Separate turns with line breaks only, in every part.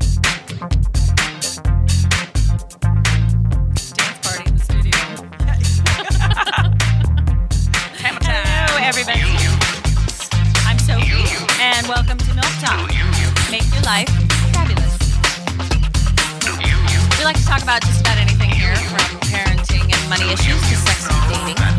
everybody. I'm Sophie, and welcome to Milk Talk. Make your life fabulous. We like to talk about just about anything here, from parenting and money issues to sex and dating.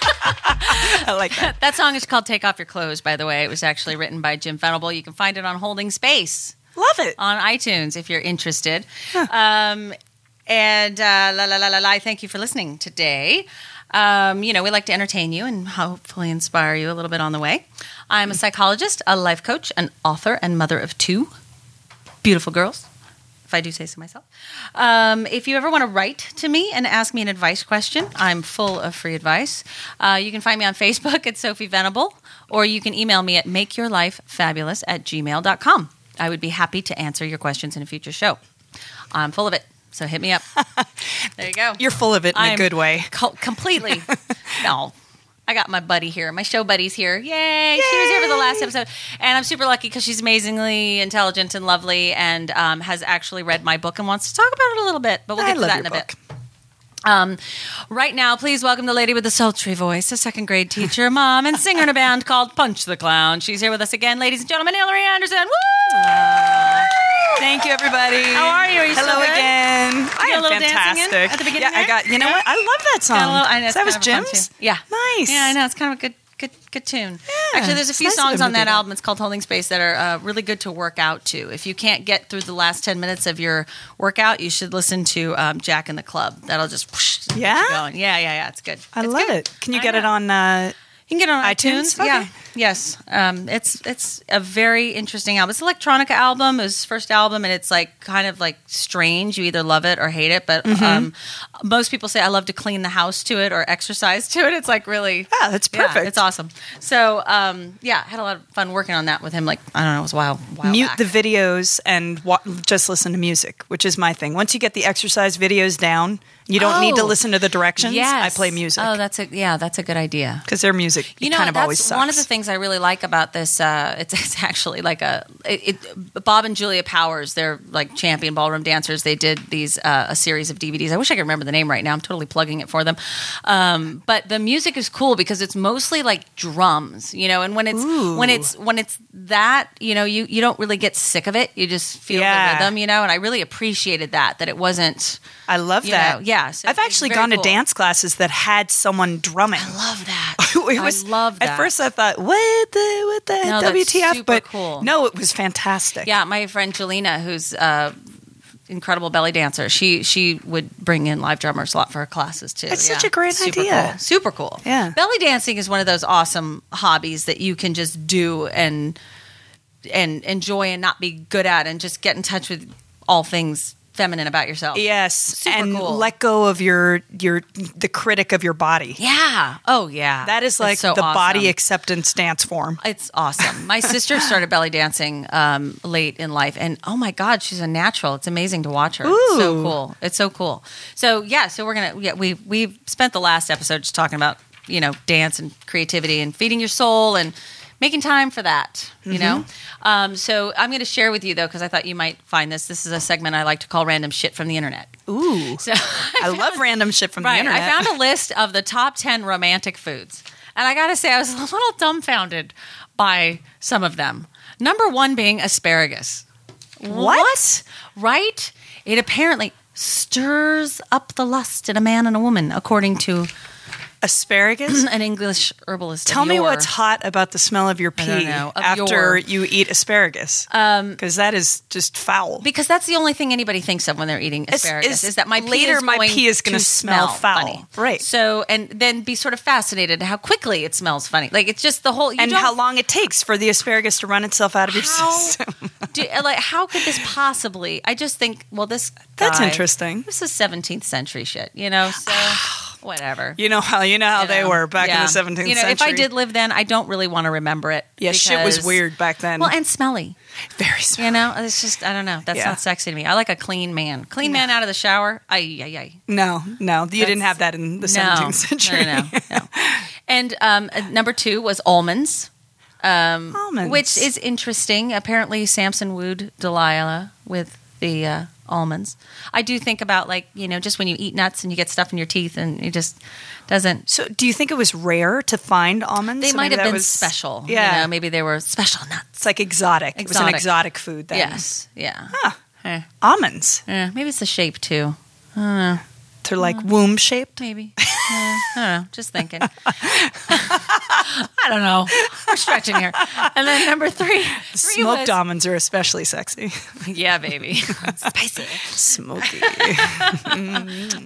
I like that.
That song is called "Take Off Your Clothes." By the way, it was actually written by Jim Fennable. You can find it on Holding Space.
Love it.
on iTunes if you're interested. Um, and uh, la la la la la. Thank you for listening today. Um, you know, we like to entertain you and hopefully inspire you a little bit on the way. I'm a psychologist, a life coach, an author, and mother of two beautiful girls, if I do say so myself. Um, if you ever want to write to me and ask me an advice question, I'm full of free advice. Uh, you can find me on Facebook at Sophie Venable, or you can email me at makeyourlifefabulous at gmail.com. I would be happy to answer your questions in a future show. I'm full of it, so hit me up. there you go.
You're full of it in
I'm
a good way.
Co- completely. no. I got my buddy here. My show buddy's here. Yay! She was here for the last episode. And I'm super lucky because she's amazingly intelligent and lovely and um, has actually read my book and wants to talk about it a little bit. But we'll
I
get to
love
that
your
in a
book.
bit. Um, right now, please welcome the lady with the sultry voice, a second grade teacher, mom, and singer in a band called Punch the Clown. She's here with us again, ladies and gentlemen, Hillary Anderson. Woo!
Thank you, everybody.
How are you? Are you
Hello
still good?
again. I
a
am
little dancing in
fantastic.
at the beginning
yeah, I
there?
got. You know what? I love that song.
Got a little- I know, it's
Is that
kind
was
of a fun
Jim's.
tune. Yeah.
Nice.
Yeah, I know. It's kind of a good good good tune.
Yeah.
Actually, there's a
It's
few
nice of
songs
them
on
to do
that
that.
album. It's called Holding Space that are uh, really good to work out to. If you can't get through the last 10 minutes of your workout, you should listen to um, Jack in the Club. That'll just whoosh, get you
Yeah?
going. Yeah, yeah, yeah. It's good.
I
It's
love
good.
it. Can you
I
get it
know.
on? Uh,
You can get it on iTunes.
iTunes? Okay.
Yeah. Yes. Um, it's it's a very interesting album. It's an electronica album. It was his first album, and it's like kind of like strange. You either love it or hate it. But um,
Mm-hmm.
most people say I love to clean the house to it or exercise to it. It's like really
Yeah, that's perfect.
it's awesome. So um, yeah, I had a lot of fun working on that with him. Like I don't know, it was a while. while
mute
back.
the videos and wa- just listen to music, which is my thing. Once you get the exercise videos down, you don't need to
Oh.
listen to the directions. I
Yes.
play music
Oh, that's a yeah, that's a good idea.
because their music it
you know
kind of
that's
always sucks.
one of the things i really like about this uh, it's, it's actually like a it, it, bob and julia powers they're like champion ballroom dancers they did these uh, a series of dvds i wish i could remember the name right now i'm totally plugging it for them um, but the music is cool because it's mostly like drums you know and when it's when it's when it's that you know you you don't really get sick of it you just feel
Yeah.
the rhythm you know and i really appreciated that that it wasn't
I love
you
that.
know, yeah, so
I've
it's
actually
very
gone to
cool.
dance classes that had someone drumming.
love that
it was,
i love that
At first, I thought, what the what the
No, that's
WTF?
super
but
cool.
no, it was fantastic.
Yeah, my friend Jelena, who's uh, incredible belly dancer, she she would bring in live drummers a lot for her classes too.
That's
yeah.
such a great
Super
idea.
cool. Super cool.
Yeah.
belly dancing is one of those awesome hobbies that you can just do and and enjoy and not be good at, and just get in touch with all things feminine about yourself.
Yes,
Super
and
cool.
let go of your your the critic of your body.
Yeah. Oh yeah.
That is
That's
like
so
the
awesome.
body acceptance dance form.
It's awesome. My sister started belly dancing um, late in life, and oh my god, she's a natural. It's amazing to watch her. It's
Ooh.
so cool. It's so cool. So yeah, so we're gonna yeah, we we spent the last episode just talking about you know dance and creativity and feeding your soul and making time for that. You know, um, so I'm gonna share with you though because I thought you might find this. This is a segment I like to call random shit from the internet.
Ooh,
So
I love random shit from the
Right.
internet.
I found a list of the top 10 romantic foods. And I got to say, I was a little dumbfounded by some of them. Number one being asparagus.
What?
Right? It apparently stirs up the lust in a man and a woman, according to
asparagus.
an English herbalist. of
Tell me
yore.
what's hot about the smell of your pee
don't know, of Um,
after
yore.
you eat asparagus, because that is just foul.
Because that's the only thing anybody thinks of when they're eating asparagus
is
is that my pee
later
is
my
going
pee is gonna
to
smell foul.
funny.
Right.
So and then be sort of fascinated how quickly it smells funny. Like it's just the whole you
and
don't
how long it takes for the asparagus to run itself out of your
how
system.
do, like how could this possibly? I just think well this
That's
guy-
interesting.
This is 17th century shit, you know. So whatever.
You know how you know how
you
they
know?
were back
Yeah.
in the seventeenth
You know,
century.
if I did live then, I don't really want to remember it.
yeah, shit was
because-
weird back then.
Well, and smelly.
very small.
You know, it's just I don't know. That's
Yeah.
not sexy to me. I like a clean man. Clean man out of the shower. Ay ay ay.
No, no, you didn't
That's-
have that in the
No.
seventeenth century.
No, no, no, no. and um, uh, number two was almonds,
Almonds,
which is interesting. Apparently, Samson wooed Delilah with the uh, almonds. I do think about like you know just when you eat nuts and you get stuff in your teeth and it just doesn't.
So, do you think it was rare to find almonds?
They
So
might
maybe
have
that
been
was-
special.
Yeah,
you know, maybe they were special nuts.
it's like exotic. It was an
Exotic.
exotic food. Then.
Yes, yeah.
Huh.
Eh,
Almonds.
eh, maybe it's the shape too.
They're like
Mm-hmm.
womb shaped.
Maybe. Eh, I don't know. Just thinking. I don't know. We're stretching here. And then number three, three
Smoked
was-
almonds are especially sexy.
Yeah, baby. Spicy.
Smoky.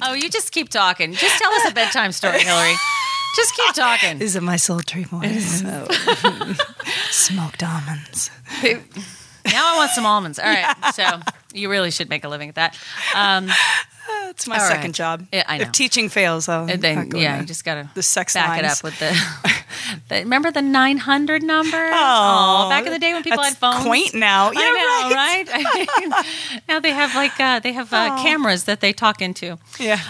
Oh, you just keep talking. Just tell us a bedtime story, Hillary. Just keep talking.
Is it my sultry voice? Oh. Smoked almonds.
Now I want some almonds. All right. So you really should make a living at that. Um,
That's my
All right.
second job.
Yeah, I know.
If teaching fails, I'll
and then,
I'll go
yeah,
there.
you just got to
the sex
back it
lines.
up with the, the. Remember the 900 number? Oh, back in the day when people
that's
had phones.
Quaint now. Yeah,
I know,
right. Oh.
right? I mean, now they have like uh, they have uh, cameras that they talk into.
Yeah.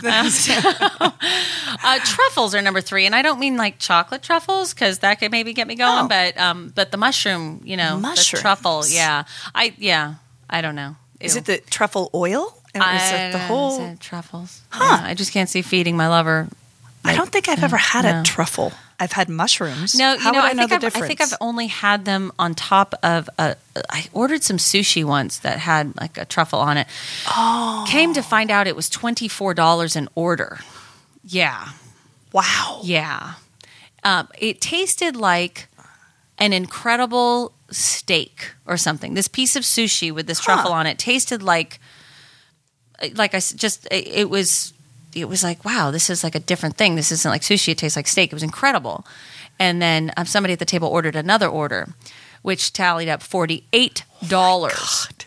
Uh, truffles are number three, and I don't mean like chocolate truffles because that could maybe get me going.
Oh.
But um, but the mushroom, you know, the
Mushrooms.
truffle, yeah, I yeah, I don't know.
is
Ew.
it the truffle oil? And
I
is it the
don't know,
whole?
is it truffles? Huh. I just can't see feeding my lover.
I don't think I've ever had
Mm, no.
a truffle. I've had mushrooms.
No, you
How
know,
would I,
I,
know
think
the
I've,
difference?
I think I've only had them on top of a. I ordered some sushi once that had like a truffle on it. Oh, came to find out it was twenty four dollars an order. Yeah,
wow.
Yeah. Um, it tasted like an incredible steak or something. This piece of sushi with this truffle on it tasted like, like I s- just, it, it was, it was like, wow, this is like a different thing. This isn't like sushi. It tastes like steak. It was incredible. And then um, somebody at the table ordered another order, which tallied up $48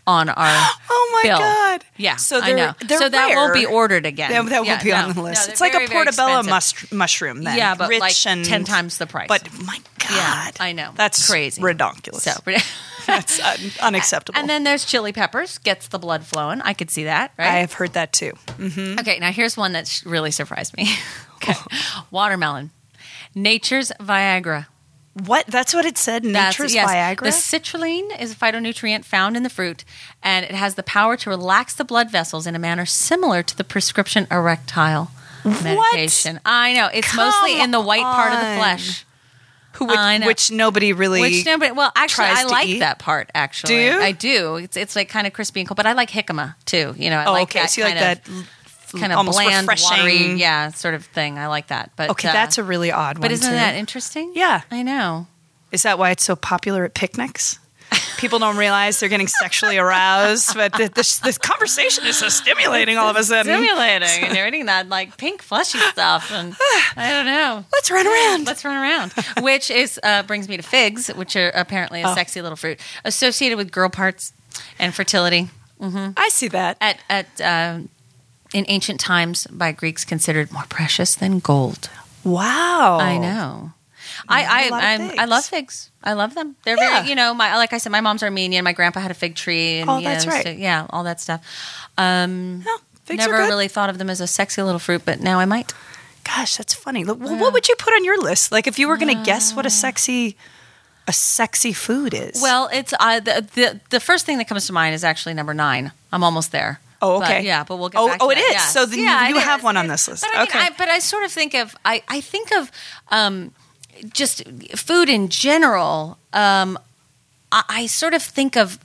on our
Oh my
bill.
god.
Yeah,
So
I
they're,
know.
they're
So that
rare.
won't be ordered again.
That, that
Yeah,
won't be
no.
on the
No,
list.
they're
it's like
very,
a
very
portobello
expensive.
mus- mushroom. Then.
Yeah, but
rich
like
and
10 times the price.
But my god.
Yeah, I know.
That's
Crazy.
Ridiculous.
So,
That's un- unacceptable.
and then there's chili peppers, gets the blood flowing. I could see that,
I
right? Mm-hmm.
have heard that too.
okay, now here's one that sh- really surprised me. okay, watermelon, nature's Viagra.
What? That's what it said.
That's-
Nature's
yes.
Viagra.
The citrulline is a phytonutrient found in the fruit, and it has the power to relax the blood vessels in a manner similar to the prescription erectile medication. I know it's mostly
Come
in the white part of the
on.
flesh.
Who- which,
I know.
which nobody really.
Which nobody. Well, actually,
tries
I
to
like
eat.
that part. Actually,
Do you?
I do. It's it's like kind of crispy and cold, but I like jicama too. You know, I
oh,
like
okay.
that
so you like
kind
that.
of,
l-
kind of
almost
bland,
refreshing.
watery, yeah, sort of thing. I like that. But
Okay,
uh,
that's a really odd one.
but isn't
too.
that interesting?
Yeah.
I know.
Is that why it's so popular at picnics? People don't realize they're getting sexually aroused, but the, this, this conversation is so stimulating all of a sudden.
Stimulating, and you're eating that like pink fleshy stuff, and I don't know.
Let's run around.
Let's run around. Which is uh, brings me to figs, which are apparently
Oh.
a sexy little fruit associated with girl parts and fertility.
I see that.
at at um, in ancient times by Greeks considered more precious than gold.
Wow.
I know. I I,
Oh. a lot of
I'm- I
figs.
love figs. I love them. They're
Yeah.
very you know my like I said my mom's Armenian. My grandpa had a fig tree. And,
Oh,
you
that's
know,
right.
so- yeah, all that stuff. Um,
No, figs
never
are good.
really thought of them as a sexy little fruit, but now I might.
Gosh, that's funny. Look, well, What would you put on your list? Like, if you were going to guess what a sexy, a sexy food is.
Uh. Well, it's uh, the, the the first thing that comes to mind is actually number nine. I'm almost there.
Oh,
But,
okay.
yeah, but we'll get
Oh,
back. to
oh, it
that.
is.
Yes.
So then
Yeah,
you-
I
you
know.
have one on
It's-
this list.
But I mean,
Okay.
I, but I sort of think of I, I think of um, just food in general. Um, I, I sort of think of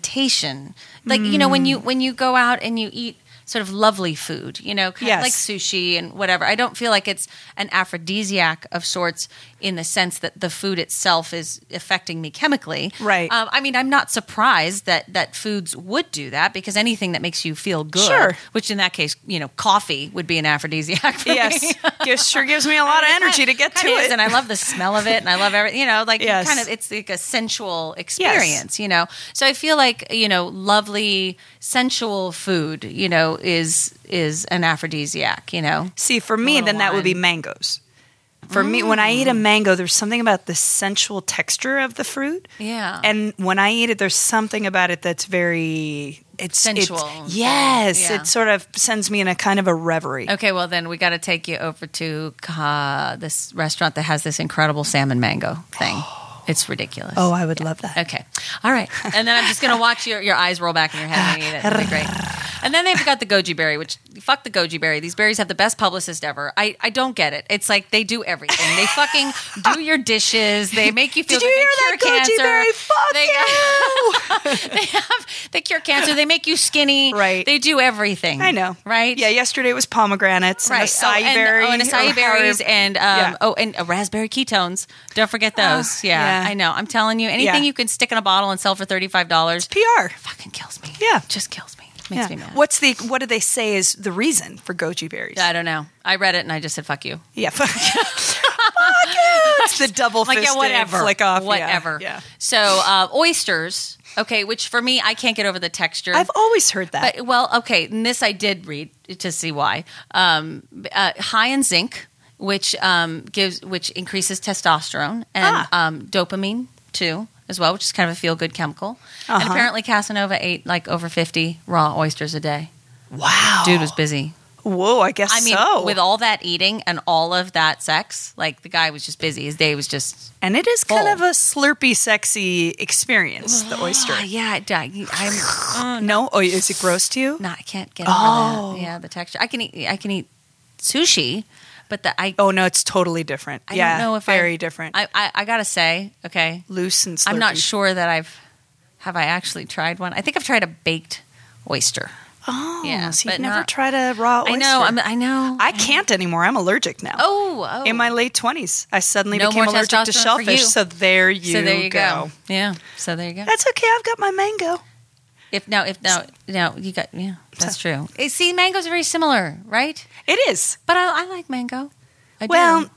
presentation, like you know
Mm.
when you when you go out and you eat sort of lovely food, you know, kind of
Yes.
like sushi and whatever. I don't feel like it's an aphrodisiac of sorts in the sense that the food itself is affecting me chemically.
Right.
Um, I mean, I'm not surprised that that foods would do that because anything that makes you feel good,
Sure.
which in that case, you know, coffee would be an aphrodisiac. For me.
yes, gives, sure gives me a lot of energy to get to
Kinda is,
it.
and I love the smell of it, and I love everything. You know, like you
Yes.
kind of, it's like a sensual experience. You know, so I feel like you know, lovely sensual food, you know, is is an aphrodisiac. You know,
See, for me,
Little Mm.
then that would be mangoes. For me, when I eat a mango, there's something about the sensual texture of the fruit.
Yeah.
And when I eat it, there's something about it that's very it's it's-
Sensual.
yes,
Yeah.
it sort of sends me in a kind of a reverie.
Okay, well then we got to take you over to uh, this restaurant that has this incredible salmon mango thing. It's ridiculous.
Oh, I would love that.
Okay. All right. And then I'm just going to watch your, your eyes roll back in your head and eat it. It'll be great. And then they've got the goji berry, which fuck the goji berry. These berries have the best publicist ever. I, I don't get it. It's like they do everything. They fucking do your dishes. They make you feel
Did you hear
good.
that, goji
they cure
berry?
cancer.
Fuck
They-
you!
they have they cure cancer. They make you skinny.
Right.
They do everything.
I know.
Right.
Yeah, yesterday was pomegranates
Right.
and acai
oh, and,
berry.
Oh, and acai
or
berries
however-
and um,
Yeah.
oh, and uh, raspberry ketones. Don't forget those.
Oh,
yeah,
yeah.
I know. I'm telling you, anything
Yeah.
you can stick in a bottle and sell for thirty five dollars
PR.
fucking kills me.
Yeah.
just kills me. Makes me
Yeah.
mad.
What's the what do they say is the reason for goji berries?
I don't know. I read it and I just said fuck you.
Yeah. Fuck It's the double
like yeah,
fisted
whatever,
flick off. Yeah,
whatever.
Yeah.
So uh, oysters, okay, which for me I can't get over the texture.
I've always heard that.
But, Uh, well, okay, and this I did read to see why. Um, uh, high in zinc, which um, gives, which increases testosterone and
Ah.
um, dopamine too, as well, which is kind of a feel good chemical. And
Uh-huh.
apparently, Casanova ate like over fifty raw oysters a day.
wow.
Dude was busy.
Whoa, I guess
I mean,
Oh. so.
with all that eating and all of that sex, like the guy was just busy. His day was just.
and it is kind
full.
of a slurpy, sexy experience, the oyster.
Ah, yeah, I, I, I'm. oh,
No? Oh, is it gross to you?
No, I can't get over
Oh.
that. Yeah, the texture. I can eat. I can eat sushi, but the I.
Oh, no, it's totally different.
I
yeah,
don't know if I-
very different.
I, I, I gotta say, okay,
Loose and slurpy.
I'm not sure that I've have I actually tried one. I think I've tried a baked oyster.
Oh,
Yeah,
so
but
you've never
not-
tried a raw Oh, oyster.
I know. I'm, I know.
I can't anymore. I'm allergic now.
oh, oh.
In my late 20s, I suddenly
No
became
more
allergic to
testosterone for
shellfish.
you.
So there you,
so there you go. Yeah. So there you go.
That's okay. I've got my mango.
If now, if now, now you got yeah. That's true. Eh, See, mangoes are very similar, right?
It is.
But I, I like mango. I
Well,
do.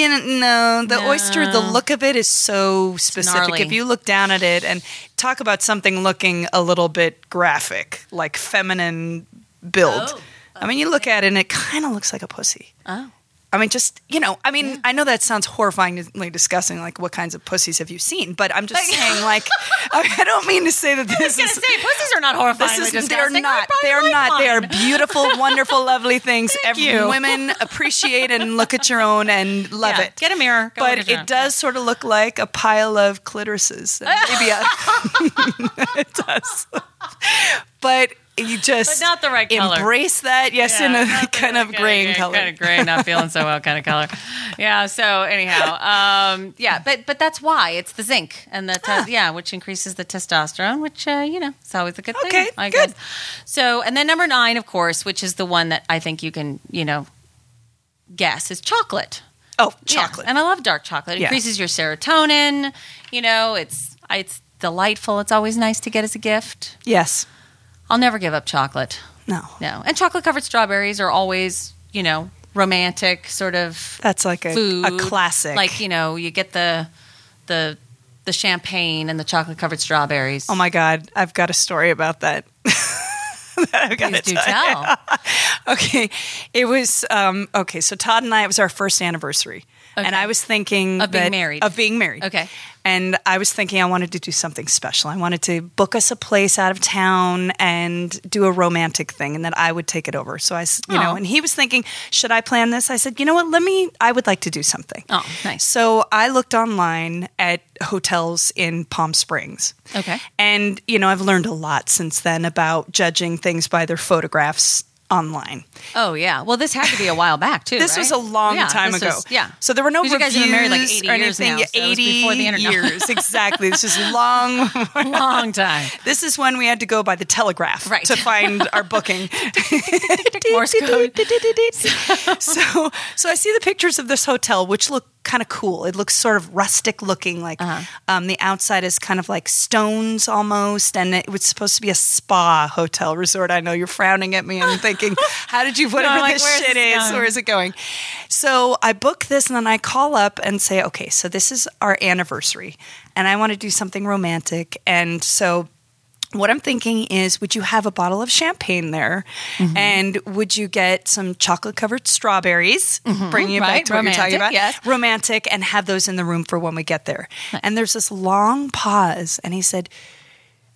you know, no, the oyster, the
No.
look of it is so specific.
gnarly.
If you look down at it and talk about something looking a little bit graphic, like feminine build.
Oh,
I mean, you look at it and it kind of looks like a pussy.
Oh.
I mean, just, you know, I mean, I know that sounds horrifyingly disgusting, like what kinds of pussies have you seen, but I'm just
Like-
saying, like, I I don't mean to say that this
I was
is.
gonna say pussies are not horrifying.
This is, they're not. They're not. They are beautiful, wonderful, lovely things. Every
you.
women appreciate and look at your own and love
Yeah,
it.
get a mirror, go look
But
at your
it
own.
does sort of look like a pile of clitorises. and Labia. it does. But you just
But not the right color.
embrace that. Yes, in a kind of graying color.
kind of gray, not feeling so well, kind of color. Yeah. So anyhow, um, yeah, but but that's why it's the zinc and the te-
Ah.
yeah, which increases the testosterone, which uh, you know it's always a good
Okay,
thing. I
good.
guess. So and then number nine, of course, which is the one that I think you can you know guess is chocolate.
oh,
Yeah,
chocolate.
and I love dark chocolate. It
Yeah.
increases your serotonin. You know, it's it's delightful. It's always nice to get as a gift.
Yes.
I'll never give up chocolate.
No.
No. And chocolate covered strawberries are always, you know, romantic sort of
That's like a,
food.
a classic.
Like, you know, you get the the the champagne and the chocolate covered strawberries.
Oh my God, I've got a story about that. I've got
Please do tell.
Okay, it was um, okay. So Todd and I, it was our first anniversary, and
Okay.
I was thinking
Of being
that-
married.
Of being married.
Okay.
And I was thinking I wanted to do something special. I wanted to book us a place out of town and do a romantic thing, and that I would take it over. So I, s- you
Oh.
know, and he was thinking, should I plan this? I said, you know what? Let me. I would like to do something.
Oh, nice.
So I looked online at hotels in Palm Springs.
Okay.
And, you know, I've learned a lot since then about judging things by their photographs online.
Oh yeah. Well, this had to be a while back too.
This
right?
was a long
Yeah,
time
this
ago.
was- yeah.
So there were no
'Cause
reviews
you guys have been married like 80
or
years
anything.
now, so it was
80
before the internet.
years. Exactly. This is long.
long time.
This is when we had to go by the telegraph
Right.
to find our booking.
Morse code.
so, so I see the pictures of this hotel, which look kind of cool. It looks sort of rustic looking. Like
Uh-huh.
um, the outside is kind of like stones almost, and it was supposed to be a spa hotel resort. I know you're frowning at me and thinking, "How did you whatever
like,
this
where is
shit
this
is?
going?
Where is it going?" So I book this, and then I call up and say, "Okay, so this is our anniversary, and I want to do something romantic." And so what I'm thinking is, would you have a bottle of champagne there?
Mm-hmm.
And would you get some chocolate covered strawberries? Bringing it
Mm-hmm. Right,
back to what you're talking
romantic,
about.
yes.
Romantic, and have those in the room for when we get there. And there's this long pause. And he said,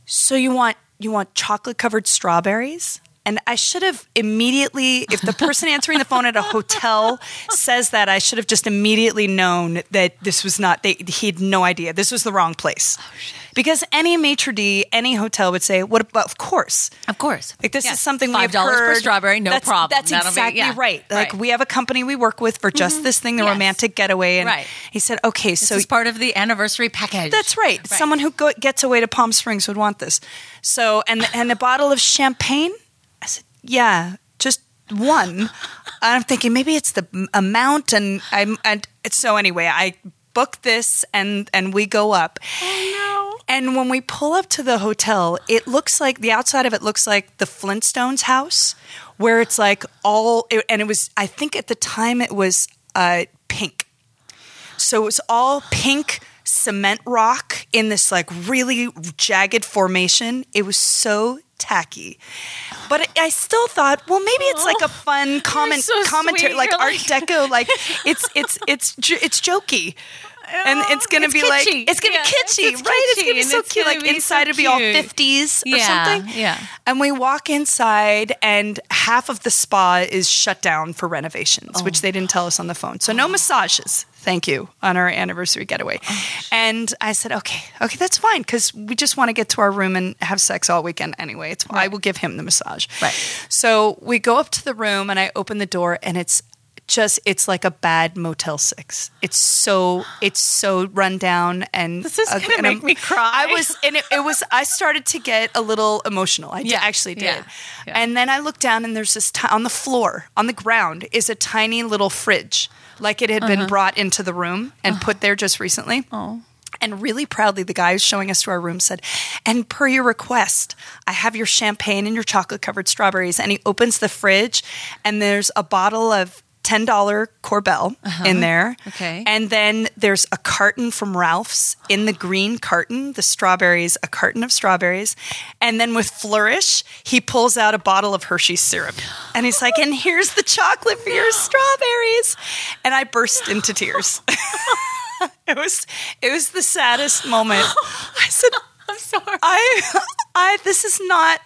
So you want you want chocolate covered strawberries? And I should have immediately, if the person answering the phone at a hotel says that, I should have just immediately known that this was not, they, he had no idea. This was the wrong
Oh,
place. Because any maitre d', any hotel would say, what about, of course.
Of course.
Like this
Yeah.
is something
$5
we've
per
heard.
strawberry, no
that's,
problem.
That's
That'll be-
exactly
yeah. Mm-hmm.
right. Like we have a company we work with for just this thing, the
Yes.
romantic getaway. And
Right.
he said, okay,
This
so
is part of the anniversary package.
that's right. Someone who go, gets away to Palm Springs would want this. So, and and a bottle of champagne. I said, yeah, just one. And I'm thinking maybe it's the m- amount, and I'm and so anyway, I book this, and and we go up.
Oh,
And when we pull up to the hotel, it looks like the outside of it looks like the Flintstones house, where it's like all, it, and it was, I think at the time it was uh, pink. So it was all pink cement rock in this like really jagged formation. It was so tacky. But I- I still thought, well, maybe it's like a fun comment
so
commentary,
sweet.
like
You're
Art
like-
Deco, like it's it's it's j- it's jokey, and it's gonna
Oh, It's
be like
kitschy.
it's gonna
Yeah,
be
it's-
kitschy,
it's
right? It's
kitschy
gonna be
and
so
it's
cute,
gonna
like
be so
inside it'll be all
cute.
fifties or
Yeah,
something.
yeah.
And we walk inside, and half of the spa is shut down for renovations,
Oh.
which they didn't tell us on the phone. So no massages. Thank you on our anniversary getaway.
Oh.
and I said, okay, okay, that's fine because we just want to get to our room and have sex all weekend anyway. It's I will give him the massage.
Right.
So we go up to the room, and I open the door, and it's just it's like a bad Motel Six. It's so it's so run down and
This is
ugly,
gonna
and I'm-
make me cry.
I was and it, it was I started to get a little emotional. I d-
Yeah.
actually did.
Yeah. Yeah.
And then I looked down and there's this ti- on the floor, on the ground is a tiny little fridge like it had
Uh-huh.
been brought into the room and put there just recently. Oh. And really proudly, the guy who's showing us to our room said, And per your request, I have your champagne and your chocolate covered strawberries. And he opens the fridge, and there's a bottle of $10 Corbel in there.
Uh-huh. Okay.
And then there's a carton from Ralph's in the green carton, the strawberries, a carton of strawberries. And then with Flourish, he pulls out a bottle of Hershey's syrup. And he's like, and here's the chocolate for your strawberries. And I burst into tears. it was it was the saddest moment. I said,
I'm sorry.
I I this is not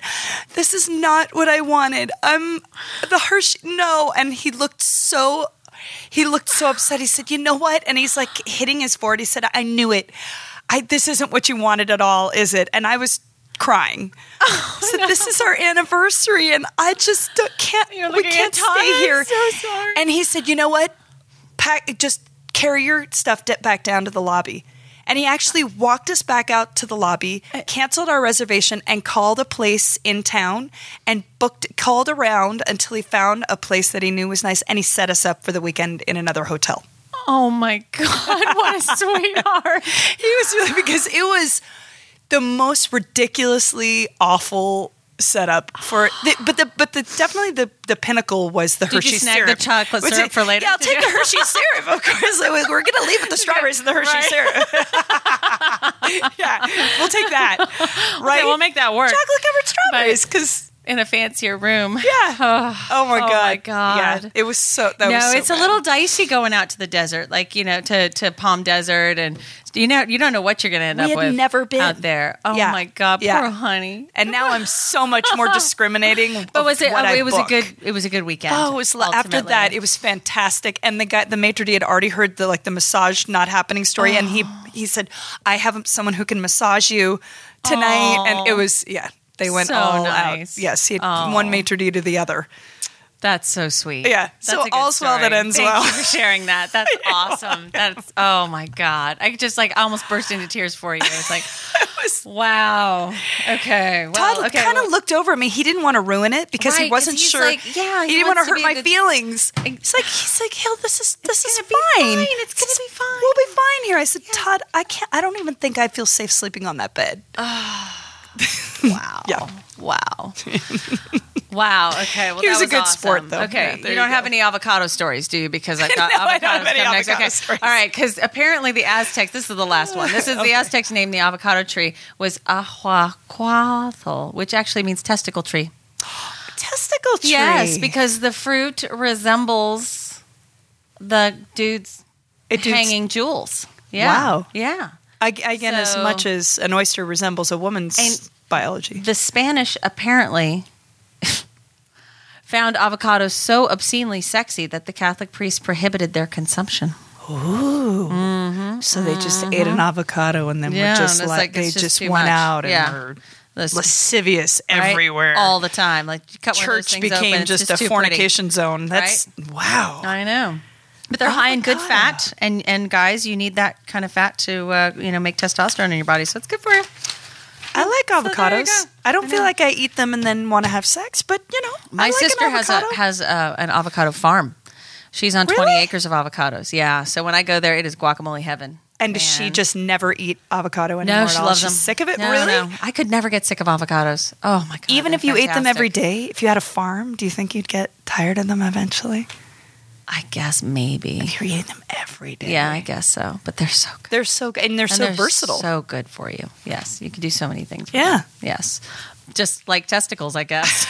this is not what I wanted. I'm the Hershey no and he looked so he looked so upset. He said, "You know what?" And he's like hitting his board. He said, "I knew it. I this isn't what you wanted at all, is it?" And I was crying.
Oh,
I said, "This is our anniversary and I just don't- can't
You're
we
looking
can't
at Todd.
stay
I'm
here."
so sorry.
And he said, "You know what? pack, just carry your stuff d- back down to the lobby. And he actually walked us back out to the lobby, canceled our reservation, and called a place in town and booked, called around until he found a place that he knew was nice. And he set us up for the weekend in another hotel.
Oh my God, what a sweetheart.
He was really, because it was the most ridiculously awful setup for the, but the but the definitely the the pinnacle was the
you
Hershey
snag the
syrup.
chocolate
Which-
syrup for later?
Yeah, I'll
Did
take
you-
the Hershey syrup, of course. Like, We're gonna leave with the strawberries and the Hershey
Right.
syrup. yeah, we'll take that. Right,
we'll make that work.
Chocolate covered strawberries, because
In a fancier room.
yeah. Oh, my
oh
god,
my
Yeah,
God.
it was so. That
no,
was so
it's
bad.
a little dicey going out to the desert, like you know, to to Palm Desert, and you know, you don't know what you're going to end
We
up
had
with.
never been.
out there. Oh
Yeah.
my god,
Yeah.
poor honey.
And now I'm so much more discriminating.
But was it?
What
oh,
I
it was
book.
a good. It was a good weekend.
Oh, it was la- after
ultimately.
that. It was fantastic, and the guy, the maitre d' had already heard the like the massage not happening story, and he
Oh.
he said, "I have someone who can massage you tonight," and it was yeah. They went
So
all
nice.
out. Yes, he had one maitre d' to the other.
That's so sweet.
Yeah.
That's
So
a good
all's well that
story.
ends
Thank
well.
you for sharing that. That's awesome. That's oh my god. I just like almost burst into tears for you. It's like wow. Okay. Well,
Todd
okay,
kind of
well-
looked over at me. He didn't want to ruin it because
Right,
he
'cause
wasn't
he's
sure.
like, yeah,
he,
he
didn't want to
wants to be
hurt my
the-
feels. He's like, he's like, Hill, this is this is
gonna be
fine.
fine. It's gonna
This-
be fine."
We'll be fine here. I said, Todd, I can't. I don't even think I feel safe sleeping on that bed.
Uh, Wow.
Yeah.
Wow. wow. Okay. Well,
He was
that
a good
awesome.
sport, though. Yeah,
Okay.
there
you
you
don't have
go.
any avocado stories, do you? Because I thought
No,
avocados
I don't have any
come next.
avocado
okay.
stories.
All right. Because apparently the Aztecs. This is the last one. This is the Aztecs named the avocado tree was ahuacuatl, which actually means testicle tree.
Testicle tree.
Yes, because the fruit resembles the dude's
It dudes-
hanging jewels. Yeah.
Wow.
Yeah.
I, again, as
So-
much as an oyster resembles a woman's
And-
biology.
The Spanish apparently found avocados so obscenely sexy that the Catholic priest prohibited their consumption.
Ooh. So they just ate an avocado and then
Mm-hmm. Yeah,
were just
and it's
like,
like,
they
it's
just,
just too
went
much.
out and
Yeah.
were
This-
lascivious
right?
everywhere.
all the time. Like you cut one of those
Church
things
became
open, it's
just, a
too pretty.
fornication Oh zone. That's wow.
I know, but they're high in good
Avocado.
fat, and and guys, you need that kind of fat to uh, you know make testosterone in your body, so it's good for you.
I like
So there you
avocados.
go.
I don't
I
feel
know.
like I eat them and then want to have sex, but you know, I
My
like an
sister has a
avocado.
has a, an avocado farm. She's on twenty
Really?
acres of avocados. Yeah, so when I go there, it is guacamole heaven.
and does she
Man.
just never eat avocado anymore?
no,
at
she
all?
loves
She's
them.
Sick of it,
No,
really?
no. I could never get sick of avocados. Oh my god!
Even
they're
if you ate them every
fantastic.
day, if you had a farm, do you think you'd get tired of them eventually?
I guess maybe.
You're eating them every day.
Yeah, I guess so. But they're so good.
They're so good, and they're
And
so
they're
versatile.
So good for you. Yes, you can do so many things. with
Yeah.
them. Yes, just like testicles, I guess.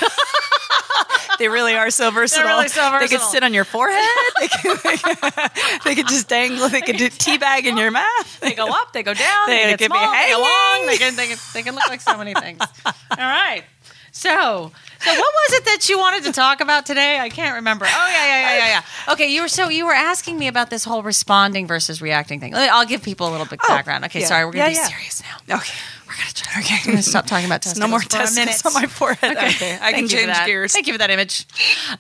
they really are so versatile.
really so
They could
versatile.
sit on your forehead. they, could, they, could, they could just dangle. They could do teabag in your mouth.
They go up, they go down,
They
they,
could
get
be
small, they go
hanging.
long, they can, they, can, they can look like so many things. All right. So, so what was it that you wanted to talk about today? I can't remember. Oh yeah, yeah, yeah, yeah, yeah. Okay, you were so you were asking me about this whole responding versus reacting thing. I'll give people a little bit
Oh,
background. Okay,
yeah.
sorry, we're gonna
Yeah,
be
yeah.
serious now.
Okay.
We're gonna try. Okay, we're gonna stop talking about
There's
testicles
no more
for a minute.
testicles on my forehead.
Okay, I can
Thank you for
change
that.
gears. Thank you for that image.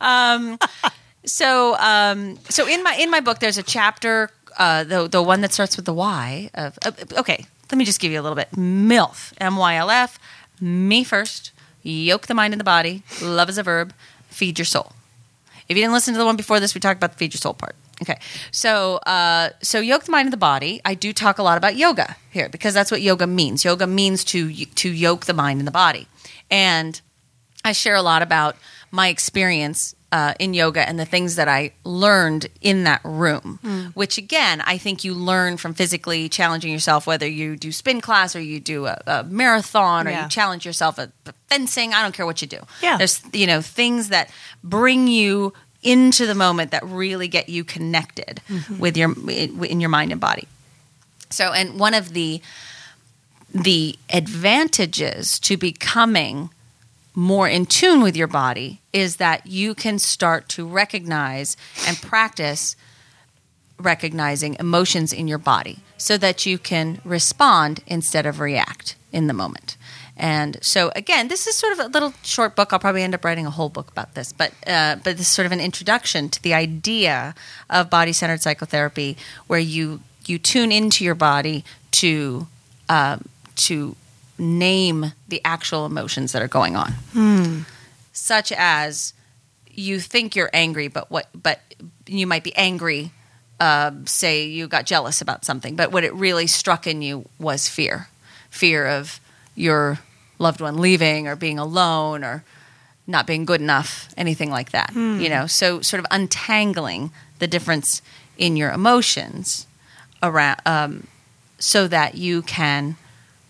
Um, so, um, so in my in my book, there's a chapter, uh, the the one that starts with the Y of. Uh, okay, let me just give you a little bit. MILF, M Y L F, me first. Yoke the mind and the body. Love is a verb. Feed your soul. If you didn't listen to the one before this, we talked about the feed your soul part. Okay, so uh, so yoke the mind and the body. I do talk a lot about yoga here because that's what yoga means. Yoga means to to yoke the mind and the body, and I share a lot about my experience uh, in yoga and the things that I learned in that room, which again, I think you learn from physically challenging yourself, whether you do spin class or you do a, a marathon or
Yeah.
you challenge yourself at fencing. I don't care what you do.
Yeah.
There's, you know, things that bring you into the moment that really get you connected with your, in your mind and body. So, and one of the, the advantages to becoming more in tune with your body is that you can start to recognize and practice recognizing emotions in your body so that you can respond instead of react in the moment. And so again, this is sort of a little short book. I'll probably end up writing a whole book about this, but uh, but this is sort of an introduction to the idea of body centered psychotherapy, where you you tune into your body to um, to name the actual emotions that are going on, such as you think you're angry, but what but you might be angry um, say you got jealous about something, but what it really struck in you was fear fear of your loved one leaving or being alone or not being good enough, anything like that. You know, so sort of untangling the difference in your emotions around um, so that you can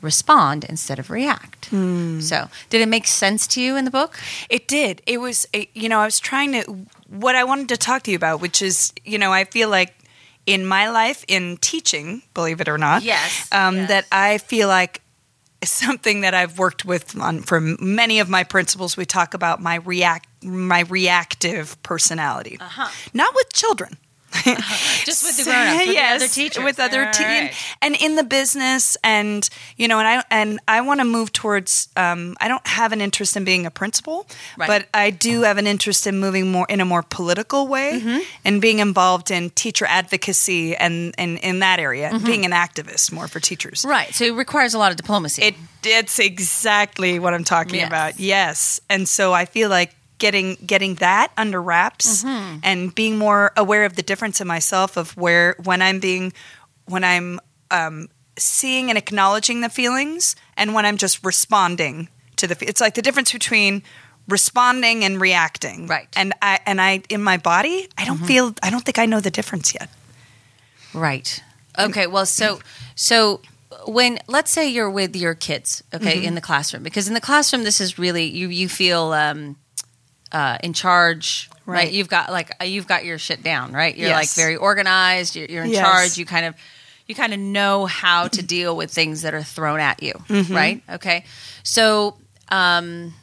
respond instead of react. So, did it make sense to you in the book?
It did. It was, it, you know, I was trying to, what I wanted to talk to you about, which is, you know, I feel like in my life, in teaching, believe it or not,
Yes,
um,
yes.
that I feel like something that I've worked with on for many of my principles. We talk about my react, my reactive personality,
Uh-huh.
not with children.
Just with the
So-
grown-ups, with
yes,
the other teachers.
with other
All
te-
right.
and in the business, and you know, and I and I want to move towards. Um, I don't have an interest in being a principal,
Right.
but I do have an interest in moving more in a more political way
Mm-hmm.
and being involved in teacher advocacy and and in that area,
Mm-hmm.
and being an activist more for teachers.
Right. So, it requires a lot of diplomacy.
It it's exactly what I'm talking
Yes.
about. Yes, and so I feel like getting getting that under wraps
Mm-hmm.
and being more aware of the difference in myself of where when I'm being when I'm um, seeing and acknowledging the feelings and when I'm just responding to the. fe- It's like the difference between responding and reacting.
Right. Mm-hmm.
And I and I in my body, I don't feel. I don't think I know the difference yet.
Right. Okay. Well, so so when let's say you're with your kids, okay, in the classroom, because in the classroom this is really you you feel um, uh, in charge, right.
Right.
You've got like uh, you've got your shit down, right? You're like
Yes.
very organized. You're, you're in
Yes.
charge. You kind of you kind of know how to deal with things that are thrown at you,
Mm-hmm.
right? Okay. So um,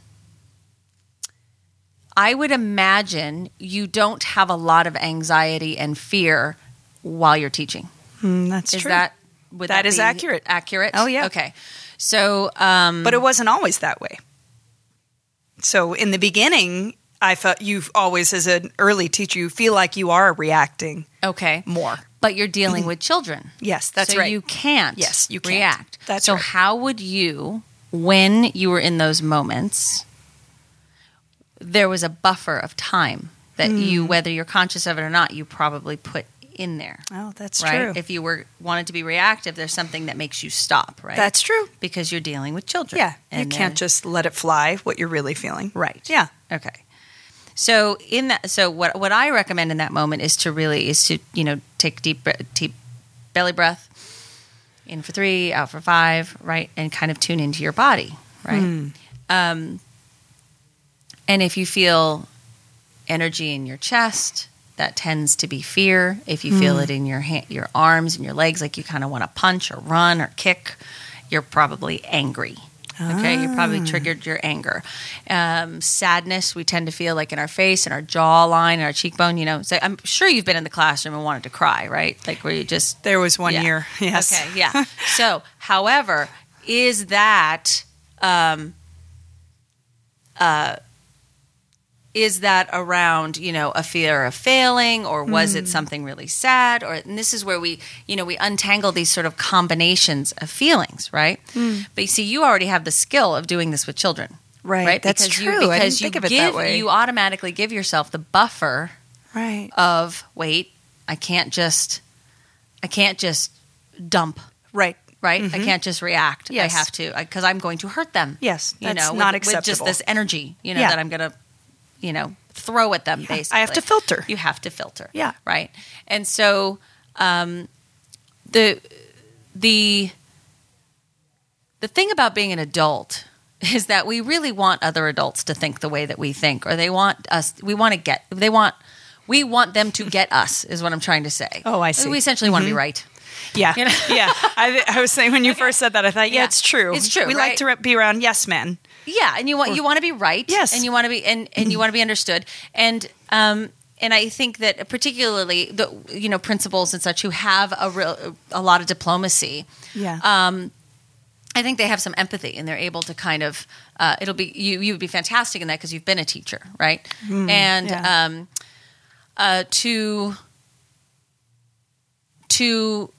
I would imagine you don't have a lot of anxiety and fear while you're teaching.
Mm, that's
is
true.
that would
That
that,
is
be
accurate.
Accurate.
Oh, yeah.
Okay. So, um,
but it wasn't always that way. So in the beginning, I felt you always, as an early teacher, you feel like you are reacting
okay,
more.
but you're dealing with children.
Yes, that's
so
right.
You can't.
Yes, you can't.
react.
That's
so.
right.
How would you, when you were in those moments, there was a buffer of time that you,
Hmm.
whether you're conscious of it or not, you probably put in there.
oh, that's
right.
true.
If you were wanted to be reactive, there's something that makes you stop. Right.
That's true.
because you're dealing with children.
Yeah, you
And
can't
they're-
just let it fly what you're really feeling.
right.
Yeah.
Okay. So in that, so what what I recommend in that moment is to really is to you know take deep bre- deep belly breath, in for three, out for five, right, and kind of tune into your body, right. Um, and if you feel energy in your chest, that tends to be fear. If you feel it in your ha- your arms and your legs, like you kind of want to punch or run or kick, you're probably angry. Okay, you probably triggered your anger. Um, sadness, we tend to feel like in our face and our jawline and our cheekbone. You know, so I'm sure you've been in the classroom and wanted to cry, right? Like where you just
There was one
Yeah.
year. Yes.
Okay, yeah. so, however, is that um, uh, is that around you know a fear of failing, or was it something really sad? Or and this is where we you know we untangle these sort of combinations of feelings, right? But you see, you already have the skill of doing this with children.
Right. That's
because
true.
You,
I
because
didn't
you
think of it
give,
that way.
You automatically give yourself the buffer
Right.
of wait, I can't just, I can't just dump
Right.
right? I can't just react.
Mm-hmm. Yes.
I have to because I'm going to hurt them.
Yes.
you
that's
know, with-
not
with,
acceptable.
just this energy, you know,
Yeah.
that I'm going to, you know, throw at them. Basically,
I have to filter.
You have to filter.
Yeah.
right. And so, um, the the the thing about being an adult is that we really want other adults to think the way that we think, or they want us. We want to get. They want. We want them to get us. Is what I'm trying to say.
Oh, I see.
We essentially want to be right.
Yeah.
You know?
yeah. I, I was saying when you first said that, I thought, yeah,
Yeah.
it's true.
It's true,
We like
right?
to re- be around yes men.
Yeah, and you want you want to be right.
Yes.
and you want to be and and you want to be understood. And um and I think that particularly the you know principals and such who have a real a lot of diplomacy.
Yeah.
Um, I think they have some empathy and they're able to kind of. Uh, it'll be you. You would be fantastic in that because you've been a teacher, right? and
Mm, yeah.
um, uh, to to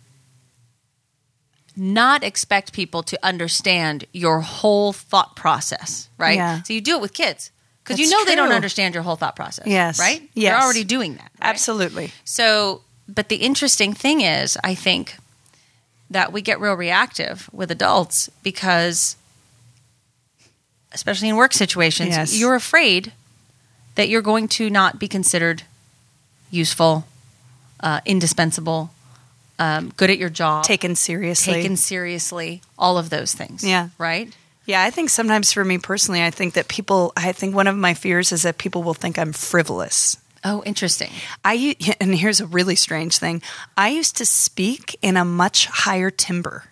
not expect people to understand your whole thought process, right?
Yeah.
So you do it with kids because you
That's
know they don't
true.
understand your whole thought process.
Yes.
right?
Yes.
You're already doing that. right?
Absolutely.
So, but the interesting thing is, I think that we get real reactive with adults because, especially in work situations,
Yes.
you're afraid that you're going to not be considered useful, uh, indispensable, um, good at your job,
Taken seriously.
taken seriously, all of those things.
Yeah.
Right?
Yeah, I think sometimes for me personally, I think that people, I think one of my fears is that people will think I'm frivolous.
Oh, interesting.
I u- and here's a really strange thing. I used to speak in a much higher timbre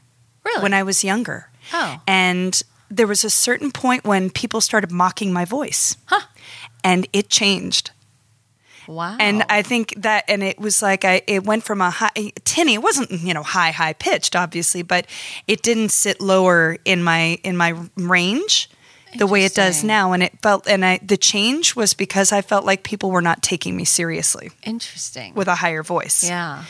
Really?
when I was younger.
Oh.
And there was a certain point when people started mocking my voice.
Huh.
And it changed.
Wow.
And I think that, and it was like I, it went from a high, tinny. It wasn't you know high, high pitched, obviously, but it didn't sit lower in my in my range the way it does
Interesting.
now. And it felt, and I the change was because I felt like people were not taking me seriously
interesting.
with a higher voice.
yeah.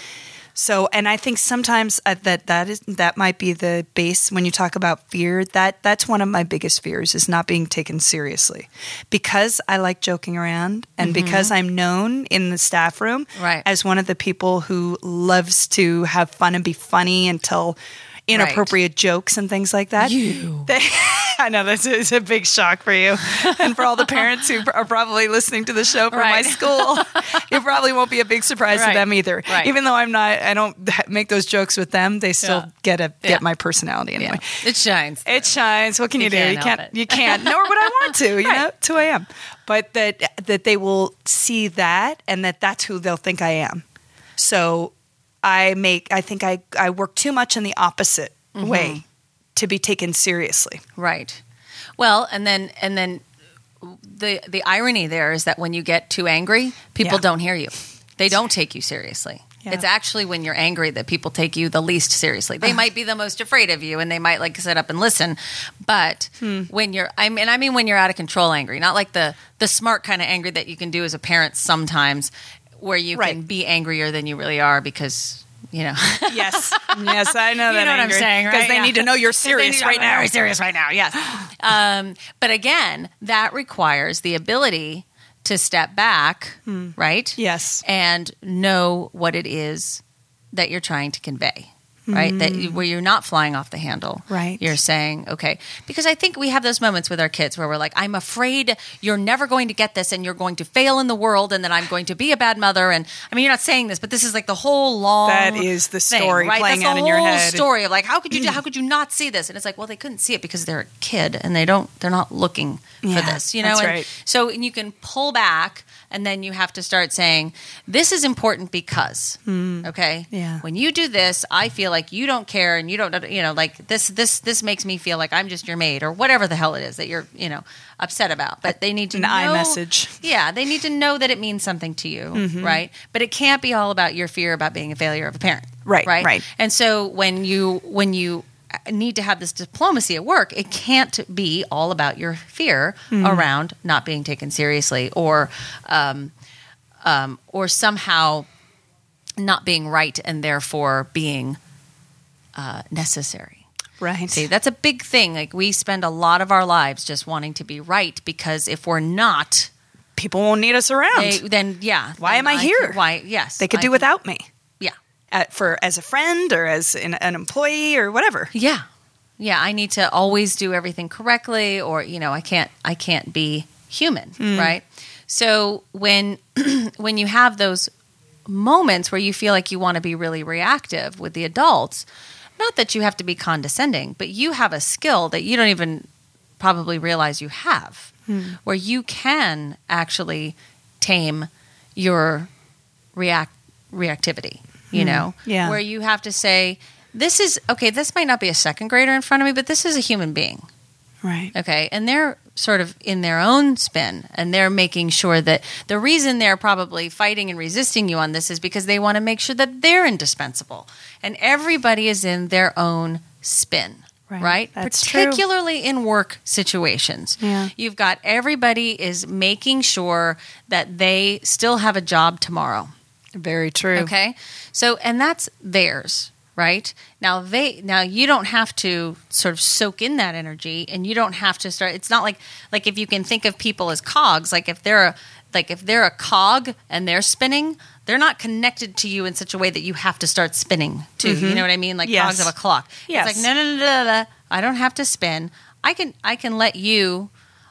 So, and I think sometimes uh, that that is that might be the base when you talk about fear. That that's one of my biggest fears is not being taken seriously, because I like joking around and because I'm known in the staff room
Mm-hmm. Right.
as one of the people who loves to have fun and be funny and tell inappropriate jokes and things like that.
You.
They- I know this is a big shock for you and for all the parents who are probably listening to the show from my
Right.
school. It probably won't be a big surprise to
Right.
them either.
Right.
Even though I'm not, I don't make those jokes with them. They still
Yeah.
get a get
Yeah.
my personality anyway.
It shines.
It shines. What can
You
you, do?
can't
you
help
can't.
it.
You can't. Nor would I want to. You know, it's who I am. But that that they will see that, and that that's who they'll think I am. So I make. I think I I work too much in the opposite
Mm-hmm.
way to be taken seriously.
Right. Well, and then and then the the irony there is that when you get too angry, people
Yeah.
don't hear you. They don't take you seriously.
Yeah.
It's actually when you're angry that people take you the least seriously. They might be the most afraid of you and they might like sit up and listen. But
Hmm.
when you're I mean I mean when you're out of control angry, not like the the smart kind of angry that you can do as a parent sometimes where you can
Right.
be angrier than you really are because you know
Yes, yes, I know that.
know what I'm saying,
Because
right?
they
Yeah.
need to know you're
'Cause they
serious
knew
right
I'm
now.
Very serious right now. Yes. um, but again, that requires the ability to step back,
Hmm.
right?
Yes.
And know what it is that you're trying to convey. Right, that you- where you're not flying off the handle.
Mm. Right.
you're saying okay, because I think we have those moments with our kids where we're like, "I'm afraid you're never going to get this, and you're going to fail in the world, and then I'm going to be a bad mother." And I mean, you're not saying this, but this is like the whole long
That is the
thing,
story
right?
playing
That's
out
the
in your
whole
head. Mm.
Story of like, how could you do, how could you not see this? And it's like, well, they couldn't see it because they're a kid and they don't they're not looking
Yeah,
for this, you know.
that's
and
right.
So and you can pull back, and then you have to start saying, this is important because okay,
Hmm. Yeah.
When you do this, I feel like you don't care and you don't you know like this this this makes me feel like I'm just your maid or whatever the hell it is that you're you know upset about. But they need to
An
know,
I message.
yeah, they need to know that it means something to you, right? But it can't be all about your fear about being a failure of a parent.
Right,
Right.
right.
And so when you when you need to have this diplomacy at work, it can't be all about your fear around not being taken seriously or um, um, or somehow not being right and therefore being uh, necessary.
Right.
See, that's a big thing. Like we spend a lot of our lives just wanting to be right because if we're not,
People won't need us around.
they,
They,
then yeah.
Why
then
am I
could-
here?
why? Yes,
could
I
do without me
Yeah,
at, for as a friend or as an, an employee or whatever.
yeah, yeah. I need to always do everything correctly, or you know, I can't. I can't be human,
Hmm.
right? So when when you have those moments where you feel like you want to be really reactive with the adults, not that you have to be condescending, but you have a skill that you don't even probably realize you have, where you can actually tame your react reactivity. You know,
Yeah.
where you have to say, "This is okay. This might not be a second grader in front of me, but this is a human being."
Right.
Okay. And they're sort of in their own spin and they're making sure that the reason they're probably fighting and resisting you on this is because they want to make sure that they're indispensable. And everybody is in their own spin.
Right.
Right.
That's true.
Particularly in work situations.
Yeah.
You've got everybody is making sure that they still have a job tomorrow.
Very true.
Okay. So, and that's theirs, right? Now they now you don't have to sort of soak in that energy and you don't have to start it's not like like if you can think of people as cogs, like if they're a like if they're a cog and they're spinning, they're not connected to you in such a way that you have to start spinning too. You know what I mean? Like
Mm-hmm. Yes.
cogs of a clock.
Yes.
It's like no no no no no. I don't have to spin. I can I can let you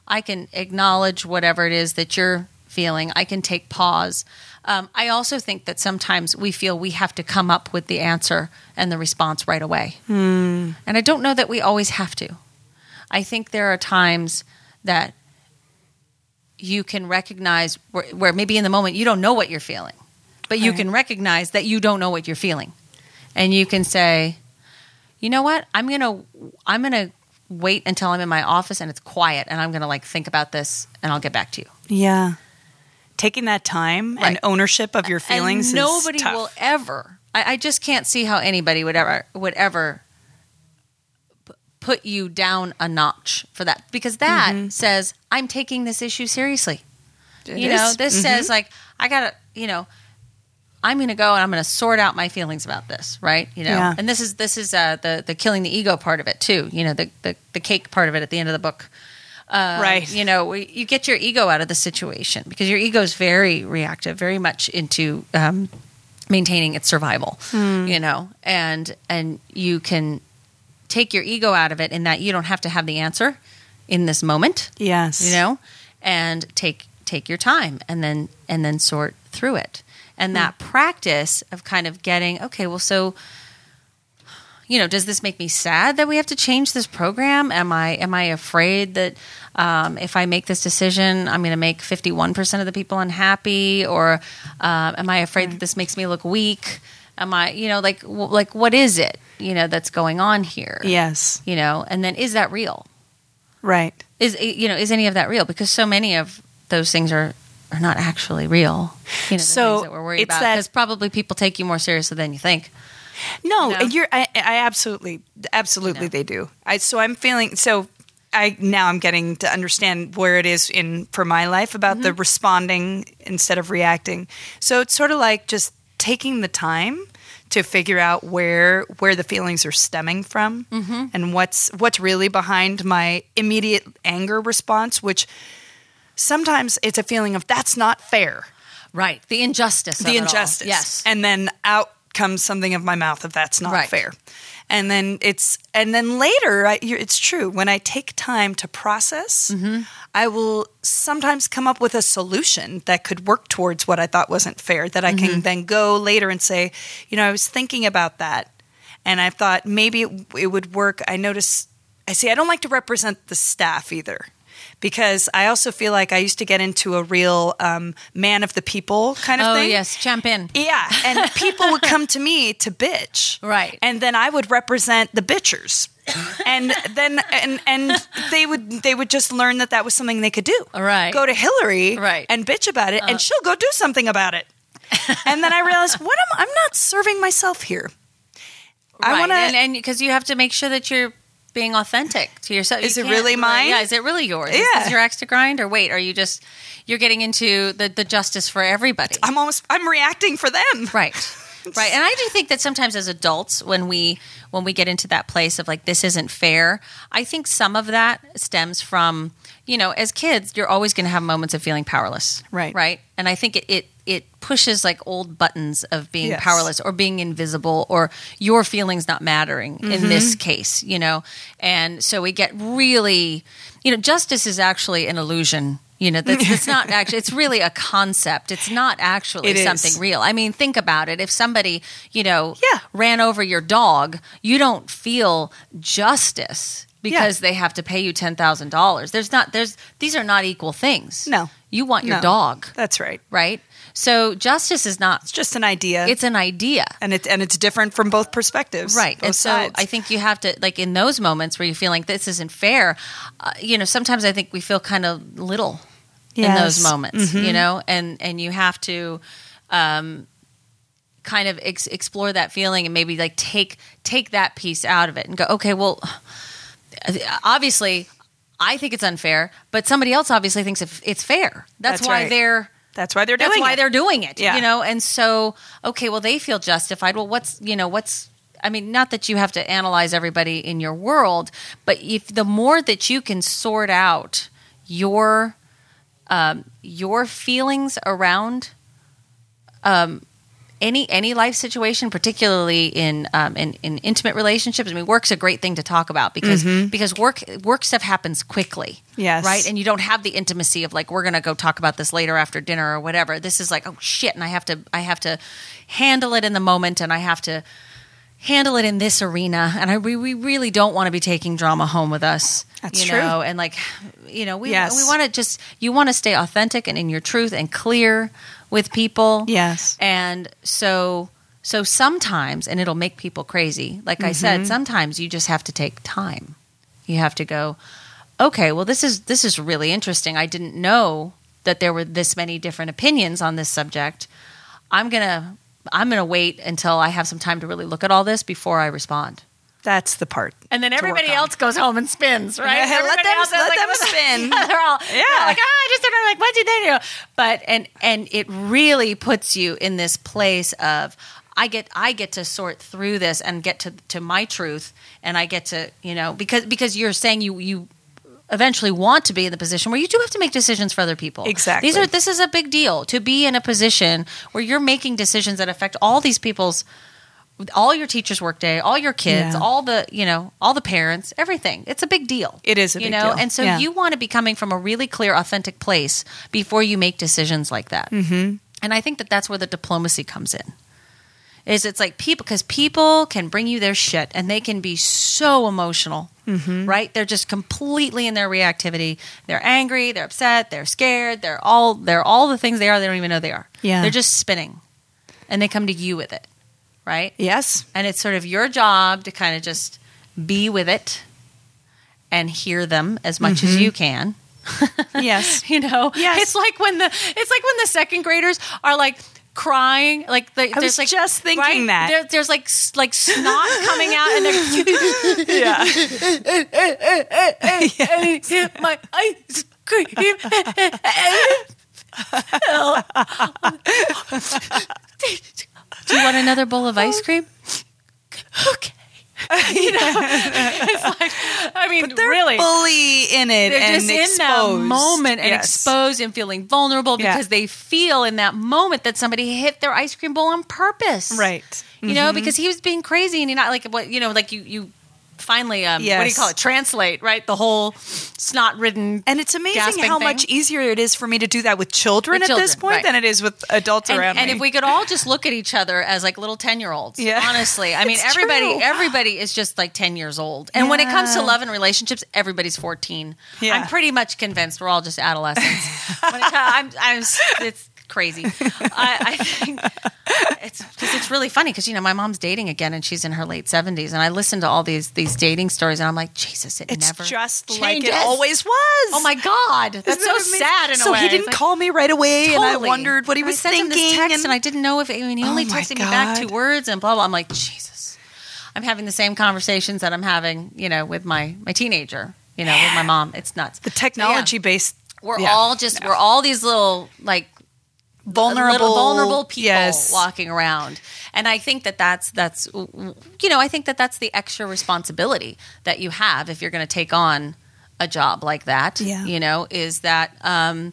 I can acknowledge whatever it is that you're feeling. I can take pause. Um, I also think that sometimes we feel we have to come up with the answer and the response right away. And I don't know that we always have to. I think there are times that you can recognize where, where maybe in the moment you don't know what you're feeling, but you
Right.
can recognize that you don't know what you're feeling. And you can say, you know what? I'm going to, I'm going to wait until I'm in my office and it's quiet and I'm going to like think about this and I'll get back to you.
Yeah. Taking that time and
Right.
ownership of your feelings
and nobody
is tough.
will ever I, I just can't see how anybody would ever would ever p- put you down a notch for that because that
Mm-hmm.
says i'm taking this issue seriously
It
you
is. Mm,
know this
Mm-hmm.
says like i gotta you know i'm gonna go and i'm gonna sort out my feelings about this right you know
Yeah.
and this is this is uh the the killing the ego part of it too you know the the, the cake part of it at the end of the book um,
Right.
You know, we- you get your ego out of the situation because your ego is very reactive, very much into um, maintaining its survival.
Hmm.
You know, and and you can take your ego out of it in that you don't have to have the answer in this moment.
Yes.
You know, and take take your time and then and then sort through it. And that practice of kind of getting okay, well, so you know, does this make me sad that we have to change this program? Am I am I afraid that um, if I make this decision, I'm going to make 51 percent of the people unhappy, or um am I afraid that this makes me look weak? Am I, you know, like w- like what is it, you know, that's going on here?
Yes.
you know, and then is that real?
Right.
Is you know is any of that real? Because so many of those things are are not actually real. You know, the
So,
things that we're worried
it's
about
that-
because probably people take you more seriously than you think.
No,
No?
you're. I, I absolutely, absolutely,
No.
they do. I so I'm feeling so. I now I'm getting to understand where it is in for my life about the responding instead of reacting. So it's sort of like just taking the time to figure out where where the feelings are stemming from and what's what's really behind my immediate anger response, which sometimes it's a feeling of that's not fair
Right. The injustice. of
the
it all.
injustice.
Yes.
And then out comes something of my mouth of that's not
Right.
fair. And then it's and then later I, you it's true when I take time to process,
Mm-hmm.
I will sometimes come up with a solution that could work towards what I thought wasn't fair that I
Mm-hmm.
can then go later and say, you know, I was thinking about that and I thought maybe it, it would work. I notice I see I don't like to represent the staff either because I also feel like I used to get into a real um, man of the people kind of
oh
thing.
yes, jump in.
Yeah, and people would come to me to bitch.
Right.
And then I would represent the bitchers. and then and and they would they would just learn that that was something they could do.
Right.
Go to Hillary
Right. Uh.
and bitch about it and she'll go do something about it. and then I realized what am I'm not serving myself here. I
right.
want to
and because you have to make sure that you're being authentic to yourself. You
Is it
can't
really mine?
Yeah, is it really yours?
Yeah.
Is this your axe to grind, or wait, are you just you're getting into the the justice for everybody?
I'm almost I'm reacting for them.
Right. Right. And I do think that sometimes as adults when we when we get into that place of like this isn't fair, I think some of that stems from, you know, as kids, you're always going to have moments of feeling powerless.
Right.
Right? And I think it it it pushes like old buttons of being
Yes.
powerless or being invisible or your feelings not mattering
Mm-hmm.
in this case, you know. And so we get really, you know, justice is actually an illusion. You know, that's, that's not actually, it's really a concept. It's not actually
It is.
something real. I mean, think about it. If somebody, you know,
Yeah.
ran over your dog, you don't feel justice because they have to pay you $10,000. There's not, there's, these are not equal things.
No.
You want your
No.
dog,
That's right.
right? So justice is not,
It's just an idea.
it's an idea.
and it and it's different from both perspectives.
Right.
Both
and so
sides.
I think you have to, like, in those moments where you feel like this isn't fair, uh, you know, sometimes I think we feel kind of little in those
Yes. Mm-hmm.
moments, you know, and, and you have to, um, kind of ex- explore that feeling and maybe like take, take that piece out of it and go, okay, well, obviously I think it's unfair, but somebody else obviously thinks if- it's fair. That's,
That's
why
right.
they're,
that's why they're doing
that's why
it.
they're doing it
Yeah.
you know and so okay well they feel justified well what's you know what's i mean not that you have to analyze everybody in your world but if the more that you can sort out your um, your feelings around any any life situation, particularly in um, in, in intimate relationships. I mean, work's a great thing to talk about because because work work stuff happens quickly.
Mm-hmm. Yes.
right, and you don't have the intimacy of like we're gonna go talk about this later after dinner or whatever. This is like oh shit, and I have to I have to handle it in the moment, and I have to handle it in this arena and I, we, we really don't want to be taking drama home with us
That's
you
true.
know and like you know we,
Yes.
we want to just you want to stay authentic and in your truth and clear with people
Yes.
and so so sometimes and it'll make people crazy. Like I said, sometimes you just have to take time. You have to go, okay, well this is this is really interesting. I didn't know that there were this many different opinions on this subject. I'm going to I'm going to wait until I have some time to really look at all this before I respond.
That's the part.
And then
to work
everybody
on.
else goes home and spins, right?
Yeah, let
Everybody
them-
else is
let
like,
them
"What the-"
spin.
Yeah, they're all they're
Yeah.
like, ah, I just don't know, like, what did they do? But and and it really puts you in this place of I get I get to sort through this and get to to my truth, and I get to you know because because you're saying you you eventually want to be in the position where you do have to make decisions for other people.
Exactly.
These are this is a big deal to be in a position where you're making decisions that affect all these people's all your teachers' workday, all your kids,
Yeah.
all the you know, all the parents, everything. It's a big deal.
It is a
you
big
know,
deal.
and so
Yeah.
you want to be coming from a really clear, authentic place before you make decisions like that. Mm-hmm. And I think that that's where the diplomacy comes in. Is it's like people because people can bring you their shit and they can be so emotional,
Mm-hmm.
right? They're just completely in their reactivity. They're angry, they're upset, they're scared, they're all they're all the things they are. They don't even know they are.
Yeah.
they're just spinning, and they come to you with it, right?
Yes.
and it's sort of your job to kind of just be with it and hear them as much as you can.
Yes.
you know
Mm-hmm. Yes.
it's like when the it's like when the second graders are like crying like the,
I
there's
was
like
just thinking
right?
that.
There- there's like s- like snot coming out and they're
yeah.
my ice cream do you want another bowl of ice cream okay you know it's like i mean
They're
really
fully in it
they're
and
just in that
exposed.
moment and
Yes.
exposed and feeling vulnerable
Yeah.
because they feel in that moment that somebody hit their ice cream bowl on purpose.
Right.
You know,
Mm-hmm.
because he was being crazy and he not like what you know, like you you finally um what do you
Yes.
call it? Translate, right? The whole snot ridden
And it's amazing
Gasping
how
thing.
much easier it is for me to do that with children
With
at this
children,
point
right.
than it is with adults
and,
around
and
me.
if we could all just look at each other as like little 10 year olds
Yeah.
honestly i mean
It's
everybody
true.
everybody is just like 10 years old and when it comes to
Yeah.
love and relationships everybody's 14
Yeah.
i'm pretty much convinced we're all just adolescents when it, co- I'm, I'm s- it's crazy i, I think it's because it's really funny because you know my mom's dating again and she's in her late 70s and i listen to all these these dating stories and i'm like jesus it
it's
never
just like it
changes.
always was.
oh my god that's
Isn't
so
that amazing?
sad in
so
a way
he
It's
didn't
like-
call me right away, and I
Totally.
wondered what he
I
was
sent him
thinking.
this text and, I didn't know if I mean, he only
Oh my
texted me back
God.
two words and blah blah. I'm like, Jesus, I'm having the same conversations that I'm having, you know, with my my teenager, you know, with my mom. It's nuts.
the technology
So,
based.
yeah, we're all just we're all these little like
vulnerable,
little vulnerable people
Yes.
walking around and i think that that's that's you know i think that that's the extra responsibility that you have if you're going to take on a job like that
Yeah.
you know is that um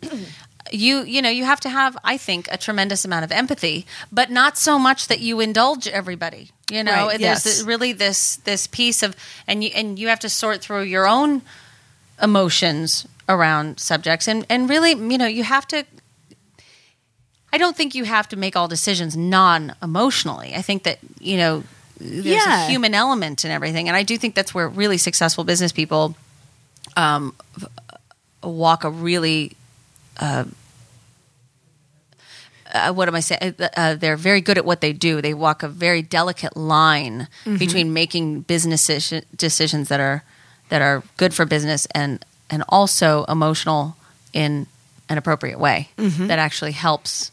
you you know you have to have i think a tremendous amount of empathy but not so much that you indulge everybody you know
Right,
there's
yes.
really this this piece of and you and you have to sort through your own emotions around subjects and and really you know you have to I don't think you have to make all decisions non emotionally. I think that, you know, there's
Yeah.
a human element in everything. And I do think that's where really successful business people um, v- walk a really, uh, uh, what am I saying? Uh, uh, they're very good at what they do. They walk a very delicate line between making business deci- decisions that are that are good for business and and also emotional in an appropriate way that actually helps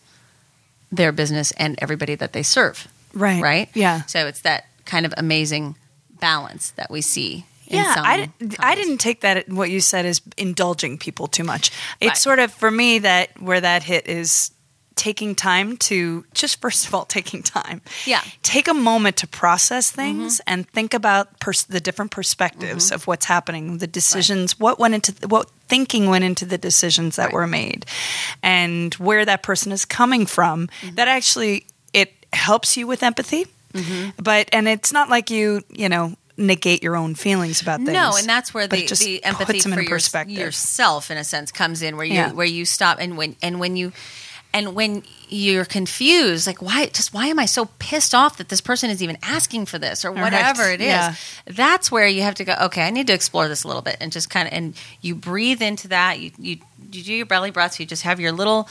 their business and everybody that they serve.
Right.
Right?
Yeah.
So it's that kind of amazing balance that we see. in
Yeah,
some
I, di- I
companies.
didn't take that what you said as indulging people too much.
Right.
It's sort of for me that where that hit is taking time to just first of all taking time.
Yeah. Mm-hmm.
Take a moment to process things and think about pers- the different perspectives of what's happening, the decisions, what went into what thinking went into the decisions that
Right.
were made and where that person is coming from.
Mm-hmm.
That actually it helps you with empathy.
Mm-hmm.
But and it's not like you, you know, negate your own feelings about things.
No, and that's where
but
the,
it just
the empathy
puts them
for
in
your-
perspective.
yourself, in a sense, comes in where you
Yeah.
where you stop and when and when you and when you're confused, like why just why am I so pissed off that this person is even asking for this or
Right.
whatever it is?
Yeah.
That's where you have to go. Okay, I need to explore this a little bit and just kind of and you breathe into that. You you you do your belly breaths. You just have your little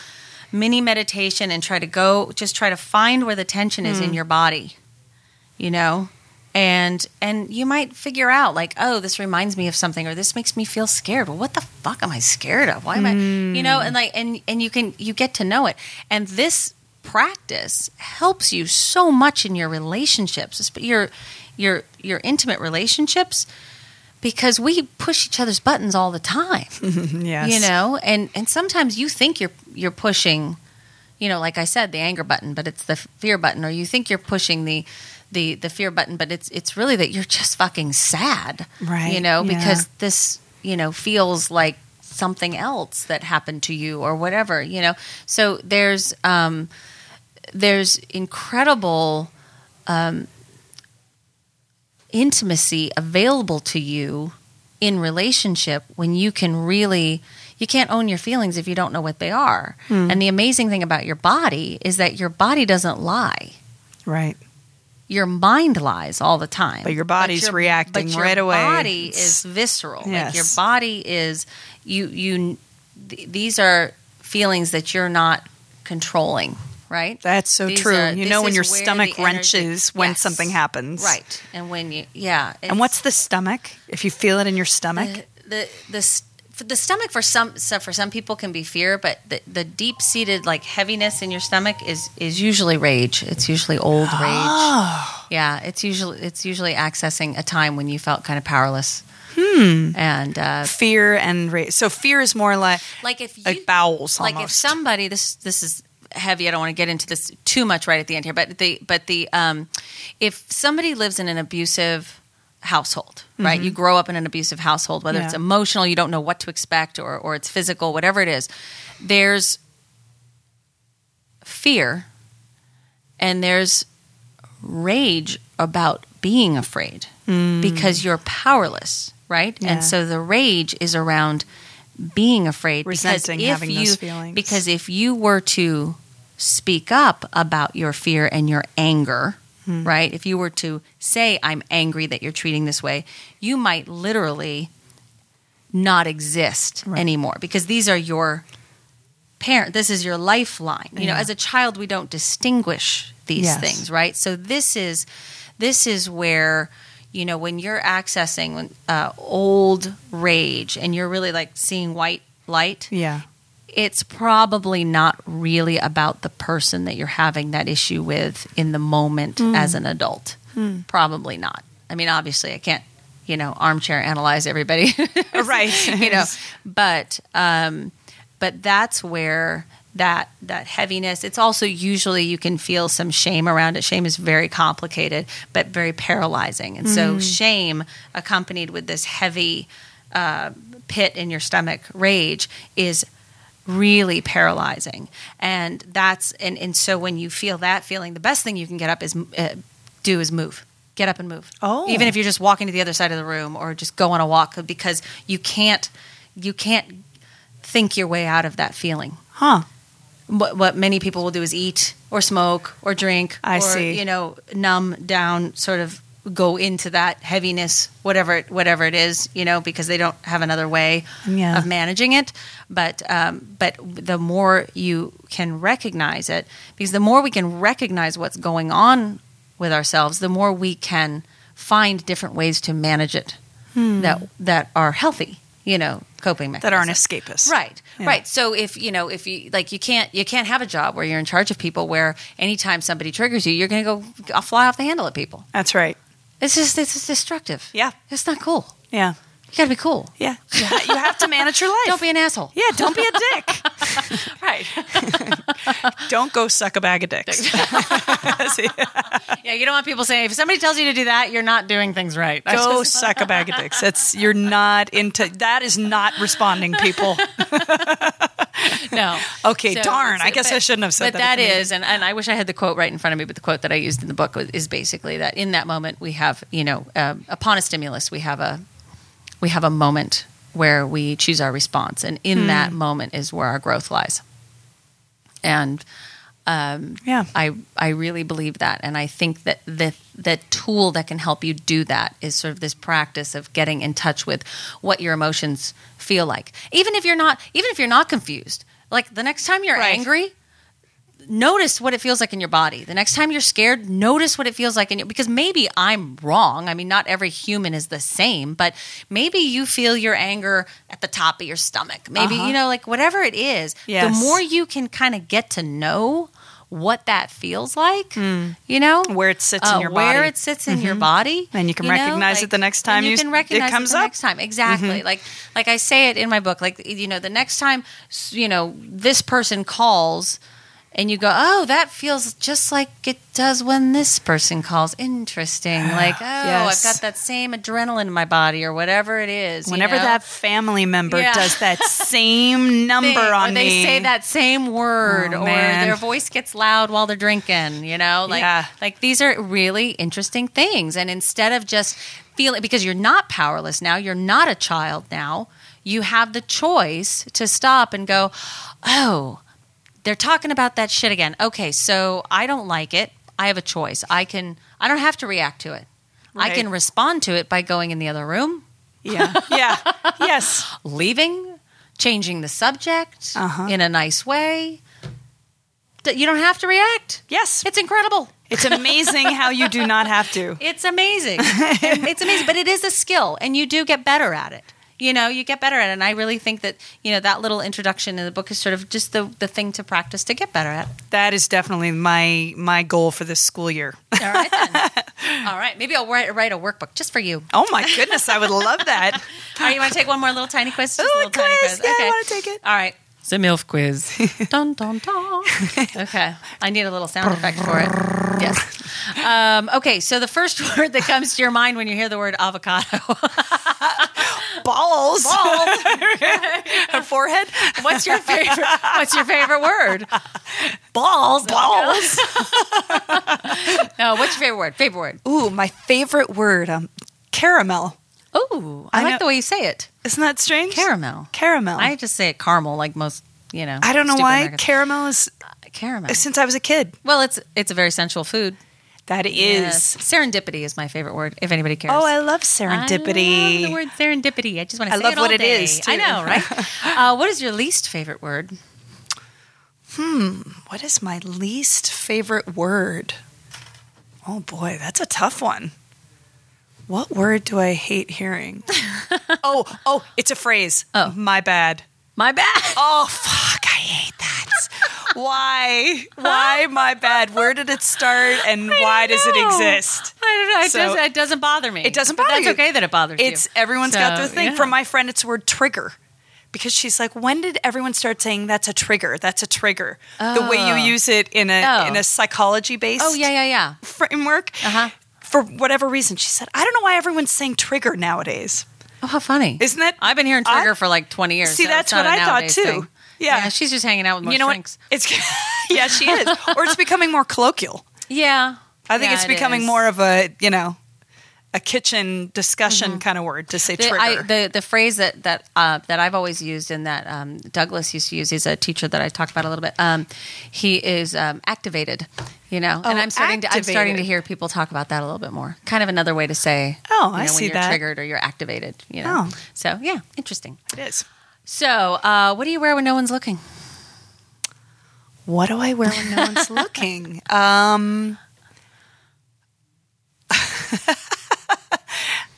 mini meditation and try to go just try to find where the tension is
Hmm.
in your body you know and and you might figure out like oh this reminds me of something or this makes me feel scared well what the fuck am i scared of why am i you
Hmm.
know and like and and you can you get to know it and this practice helps you so much in your relationships esp- your your your intimate relationships because we push each other's buttons all the time
yes.
you know and and sometimes you think you're you're pushing you know like i said the anger button but it's the f- fear button or you think you're pushing the the the fear button but it's it's really that you're just fucking sad
Right,
you know
yeah.
because this you know feels like something else that happened to you or whatever you know so there's um there's incredible um intimacy available to you in relationship when you can really you can't own your feelings if you don't know what they are.
Hmm.
And the amazing thing about your body is that your body doesn't lie.
Right.
Your mind lies all the time.
But your body's reacting
but your
right away.
body is
It's-
visceral. Like your
Yes.
body is you you th- these are feelings that you're not controlling right?
That's so
These
true.
are-
you
this
know when
is
your
where the
stomach
energy-
wrenches when
Yes.
something happens.
Right. And when you, yeah.
And what's the stomach? If you feel it in your stomach,
the, the, the, s- for the stomach for some, so for some people can be fear, but the, the deep seated like heaviness in your stomach is, is usually rage. It's usually old rage.
oh,
Yeah. It's usually, it's usually accessing a time when you felt kind of powerless. Hmm. And, uh,
fear and rage. So fear is more like
like if you,
like bowels.
like if
almost.
somebody this this is heavy i don't want to get into this too much right at the end here but the but the um if somebody lives in an abusive household right you grow up in an abusive household whether it's
Mm-hmm. Yeah.
emotional you don't know what to expect or or it's physical whatever it is there's fear and there's rage about being afraid because you're powerless, right?
Mm. Yeah.
And so the rage is around being afraid, because
Resenting
if
having
you,
those feelings.
Because if you were to speak up about your fear and your anger,
Hmm.
right? If you were to say, "I'm angry that you're treating this way," you might literally not exist anymore because these are your parent this is your lifeline you know
Yeah.
as a child we don't distinguish these
Yes.
things right so this is this is where you know when you're accessing when, uh, old rage and you're really like seeing white light
yeah,
it's probably not really about the person that you're having that issue with in the moment as an adult probably not i mean obviously i can't you know armchair analyze everybody
right.
you know but um but that's where that that heaviness it's also usually you can feel some shame around it shame is very complicated but very paralyzing and so shame accompanied with this heavy uh, pit in your stomach rage is really paralyzing and that's and, and so when you feel that feeling the best thing you can get up is uh, do is move get up and move
Oh.
even if you're just walking to the other side of the room or just go on a walk because you can't you can't think your way out of that feeling
huh?
what, what many people will do is eat or smoke or drink
I
or
see.
you know numb down sort of go into that heaviness whatever it, whatever it is you know because they don't have another way
Yeah.
of managing it but um, but the more you can recognize it because the more we can recognize what's going on with ourselves the more we can find different ways to manage it that that are healthy you know coping mechanisms
Hmm. That aren't escapists,
Right.
Yeah.
Right. So if you know, if you like, you can't you can't have a job where you're in charge of people. Where anytime somebody triggers you, you're going to go I'll fly off the handle at people.
That's right.
It's just it's just destructive.
Yeah.
It's not cool.
Yeah,
You got to be cool.
yeah. You ha- you have to manage your life.
Don't be an asshole.
yeah, don't be a dick.
Right.
don't go suck a bag of dicks. See?
yeah. You don't want people saying if somebody tells you to do that, you're not doing things right. I
go
just-
suck a bag of dicks. That's you're not into. That is not responding, people.
no.
Okay,
So-
darn. I
so-
guess I
but-
shouldn't have said
but
that.
that is, and, and I wish I had the quote right in front of me. But the quote that I used in the book was, is basically that in that moment we have, you know, um, upon a stimulus we have a we have a moment where we choose our response, and in
Hmm.
that moment is where our growth lies. And um,
Yeah.
I I really believe that, and I think that the the tool that can help you do that is sort of this practice of getting in touch with what your emotions feel like, even if you're not even if you're not confused. Like the next time you're
Right.
angry, notice what it feels like in your body. The next time you're scared, notice what it feels like in your because maybe I'm wrong. I mean, not every human is the same, but maybe you feel your anger at the top of your stomach. Maybe you know, like whatever it is.
Uh-huh. Yes.
The more you can kind of get to know what that feels like, you know,
Where it sits in your
Uh, where
body.
it sits in your body,
And you can
know,
recognize it the next time
and you,
you-
can
it
recognize
comes
it the
up. Mm-hmm.
next time exactly. Like, like I say it in my book. Like, you know, the next time, s- you know, this person calls. And you go, oh, that feels just like it does when this person calls. Interesting. Like, oh,
Yes.
I've got that same adrenaline in my body or whatever it is. you
Whenever
know?
that family member
Yeah.
does that same number
thing,
on
or they
me,
say that same word
Oh,
or
man.
their voice gets loud while they're drinking you know like
Yeah.
like these are really interesting things and instead of just feeling because you're not powerless now you're not a child now you have the choice to stop and go oh they're talking about that shit again okay so i don't like it i have a choice i can i don't have to react to it
Right.
i can respond to it by going in the other room
yeah, yeah, yes,
leaving, changing the subject
Uh-huh.
in a nice way, D- You don't have to react.
Yes.
It's incredible.
It's amazing how you do not have to.
It's amazing. it's amazing, but it is a skill, and you do get better at it. You know, you get better at it. And I really think that, you know, that little introduction in the book is sort of just the, the thing to practice to get better at.
That is definitely my my goal for this school year.
All right, then. All right. Maybe I'll write, write a workbook just for you.
Oh my goodness, I would love that.
All right, you want to take one more little tiny quiz? Just
Ooh,
a
a
little tiny
quiz.
quiz.
Yeah, I wanna take it.
All right. It's a MILF quiz. dun, dun, dun. Okay. I need a little sound effect for it. Yes. Um, okay, so the first word that comes to your mind when you hear the word avocado.
Balls. Oh.
Balls.
Her forehead.
What's your favorite? What's your favorite word?
Balls. Balls.
No, what's your favorite word? Favorite word.
Ooh, my favorite word, um, caramel.
Oh, I,
I
like
know-
the way you say it.
Isn't that strange?
Caramel.
Caramel.
I just say it caramel, like most. You know,
I don't know
stupid
why
Americans.
caramel is
caramel.
since I was a kid.
Well, it's it's a very sensual food.
That is.
Yes. serendipity is my favorite word. If anybody cares.
Oh, I love
I love the
serendipity.
word serendipity. I just want to.
I
say
love
it all
what it
day.
is,
I
too.
know, right? uh, what is your least favorite word?
what is my least favorite word? Oh boy, that's a tough one. What word do I hate hearing? oh, oh, it's a phrase.
Oh.
my bad.
My bad.
Oh fuck, I hate that. why? Why my bad? Where did it start and why does it
No.
exist?
I don't know. It,
So-
doesn't, it doesn't bother me.
It doesn't
But
bother
that's
you.
okay that it bothers you.
It's everyone's got
So,
their thing.
yeah.
For my friend, it's the word trigger. Because she's like, when did everyone start saying that's a trigger? That's a trigger. The way you use it in a
Oh.
in a psychology based
Oh yeah, yeah, yeah.
framework.
Uh-huh.
For whatever reason, she said, I don't know why everyone's saying trigger nowadays.
Oh, how funny!
Isn't it-
I've been hearing Trigger
I-
for like twenty years.
See,
so it's
that's
not
what
a
I thought,
nowadays
too.
thing.
Yeah.
she's just hanging out with more
you know
shrinks.
what? It's yeah, she is. or it's becoming more colloquial.
Yeah,
I think
Yeah,
it's
it
becoming
is.
more of a you know a kitchen discussion kind of word to say
Mm-hmm. The,
trigger.
I, the the phrase that that uh, that I've always used and that um, Douglas used to use. He's a teacher that I talked about a little bit. Um, he is um, activated, you know. and
Oh,
I'm starting to I'm starting to
activated.
hear people talk about that a little bit more. Kind of another way to say, you
Oh, I
know, when
see
you're
that.
triggered or you're activated, you know.
Oh.
So yeah, interesting.
it is.
So uh, what do you wear when no one's looking?
What do I wear when no one's looking? Um,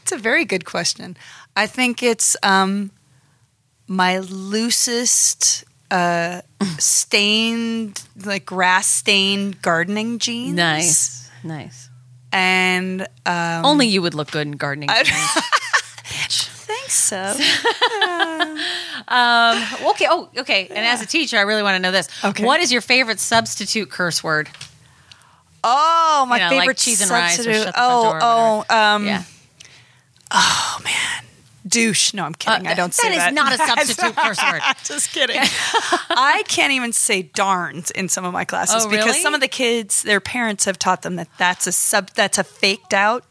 it's a very good question. I think it's um, my loosest uh, stained, like grass stained gardening jeans.
Nice, nice.
And um,
Only you would look good in gardening.
I think so.
Um, okay. Oh, okay. And as a teacher, I really want to know this.
Okay.
What is your favorite substitute curse word?
Oh, my
You know, like
favorite
cheese and rice or
substitute.
shut the front door
oh,
or
oh, um,
yeah.
douche. No, I'm kidding. I don't
Uh, that
say
is
that.
not a substitute curse word.
Just kidding. I can't even say darned in some of my classes
Oh,
because
really?
some of the kids, their parents have taught them that that's a sub, that's a faked out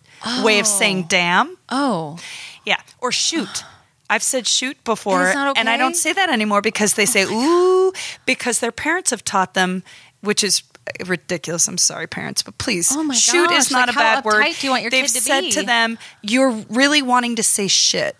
way of saying damn.
Oh,
Yeah, or shoot. I've said shoot before,
That is not
and I don't
okay? Oh
say that anymore because they say ooh because their parents have taught them, which is ridiculous. I'm sorry, parents, but please,
Oh my
shoot
gosh,
is not
like
a
how
bad word.
uptight do you want your
They've
kid to
said
be?
to them, "You're really wanting to say shit."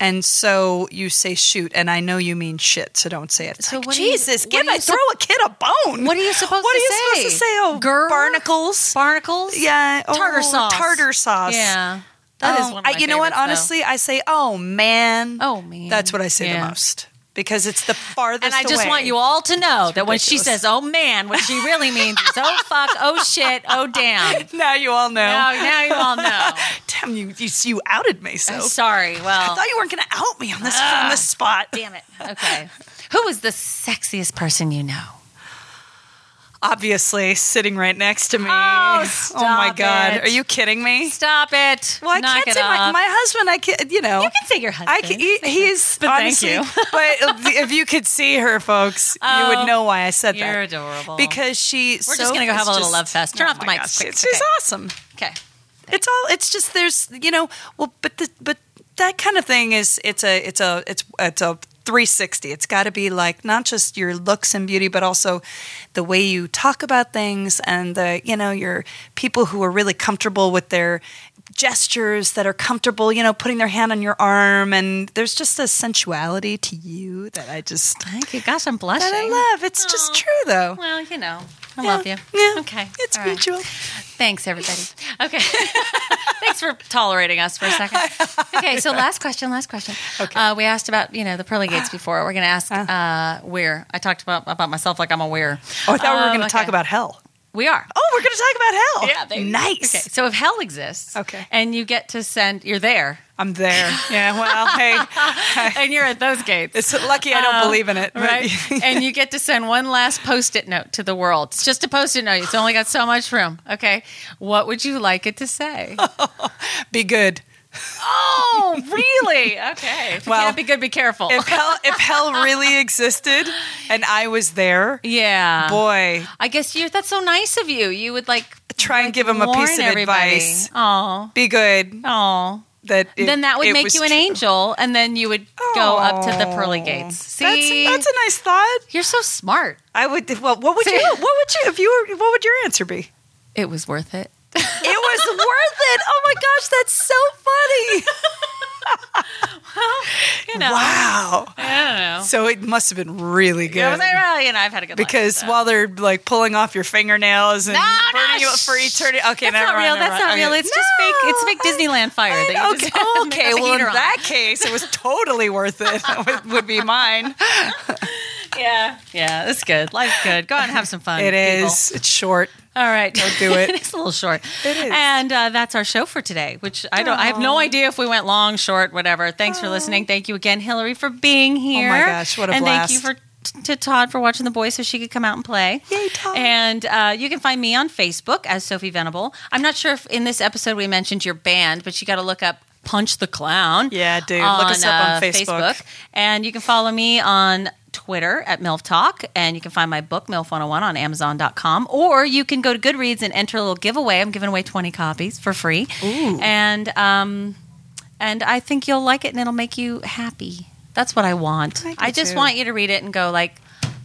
And so you say shoot, and I know you mean shit, so don't say it. It's
So
like,
what do you-
Jesus,
what
give
do you
I
sup-
throw a kid a bone.
what are you supposed
What
to
are
say?
you supposed to say? Oh,
Grr?
barnacles.
barnacles.
Yeah, oh,
tartar sauce.
tartar sauce.
Yeah, that is
Oh,
one. Of
I-
my
you know what?
favorites, though.
Honestly, I say, "Oh man,
Oh, man.
That's what I say
Yeah.
the most because it's the farthest.
And I just
away.
want you all to know that when she
ridiculous.
says "oh man," what she really means is "oh fuck," "oh shit," "oh damn."
Now you all know.
Now, now you all know.
Damn you! You, you outed me. So
I'm sorry.
I
Well,
thought you weren't going to out me on this
Ah.
on this spot.
damn it. Okay. Who is the sexiest person you know?
Obviously, sitting right next to me.
Oh,
my
stop
god!
it.
Are you kidding me?
Stop it.
Well, I
Knock
can't
it
say my,
off.
my husband. I can, you know.
You can say your husband.
I can, he, he's
But thank
honestly-
you.
but if you could see her, folks, you
Oh,
would know why I said that.
you're adorable.
because she.
We're just gonna go have a little love fest. Turn off the mics quick.
Oh She's
Okay.
awesome.
okay.
It's all. It's just there's you know. Well, but the but that kind of thing is it's a it's a it's it's a 360. It's got to be like not just your looks and beauty, but also the way you talk about things and the, you know, your people who are really comfortable with their gestures that are comfortable, you know, putting their hand on your arm. And there's just a sensuality to you that I just,
Thank you. Gosh, I'm blushing.
that I love. It's just
Aw.
true though.
Well, you know, I
Yeah.
love you.
Yeah.
Okay.
It's
All right.
mutual.
Thanks, everybody. Okay. Thanks for tolerating us for a second. Okay, so last question, last question. Okay. Uh, we asked about, you know, the pearly
Ah.
gates before. We're going to ask uh, where. I talked about, about myself like I'm aware.
Oh, I thought we were
Um,
going to talk
okay.
about hell.
We are.
Oh, we're going to talk about hell.
Yeah. they-
nice.
Okay, so if hell exists.
Okay.
And you get to send, you're there.
I'm there. Yeah. Well, hey,
and you're at those gates.
it's lucky I don't believe in it. but-
Um, right? and you get to send one last post-it note to the world. It's just a post-it note. It's only got so much room. Okay, what would you like it to say?
be good.
oh, really? Okay. If
Well,
it can't be good, be careful.
If hell, if hell really existed and I was there,
yeah.
boy,
I guess you're. That's so nice of you. You would like
try and give him a piece of advice.
Oh,
Be good.
oh.
That it-
Then that would
it
make
was
you an
true.
angel, and then you would go up to the pearly gates.
That's,
See,
that's a nice thought.
you're so smart.
I would. Well, what would
See?
you? What would you? If you were, what would your answer be?
It was worth it.
It was worth it. Oh my gosh, that's so funny.
You know,
Wow.
I don't know.
So it must have been really good.
Yeah, but they really, you know, I've had a good
because
life, so.
while they're like pulling off your fingernails and
No, no,
burning you up for
shh.
eternity, okay,
that's
never
not
mind,
real.
never
That's
mind.
not real.
Okay.
It's just fake. It's fake
I-
Disneyland fire.
I-
that you
okay,
just have to
okay.
make the
Well, in
heater on.
that case, it was totally worth it. would, would be mine.
yeah, yeah, that's good. Life's good. Go out and have some fun.
It
people.
is. It's short.
All right,
Don't do it.
it's a little short.
It is.
and uh, that's our show for today. Which I don't. I have no idea if we went long, short, whatever. Thanks for listening. Thank you again, Hillary, for being here.
Oh gosh, what a
and
blast.
thank you for. t- To Todd for watching the boys so she could come out and play.
Yay, Todd.
And uh, you can find me on Facebook as Sophie Venable. I'm not sure if in this episode we mentioned your band, but you got to look up Punch the Clown.
Yeah, dude. Look us up on Facebook.
uh, And you can follow me on Twitter at MILF Talk. And you can find my book, MILF 101, on Amazon.com. Or you can go to Goodreads and enter a little giveaway. I'm giving away 20 copies for free.
Ooh.
And, um, and I think you'll like it and it'll make you happy. That's what I want.
I do
I, just
too.
want you to read it and go, like,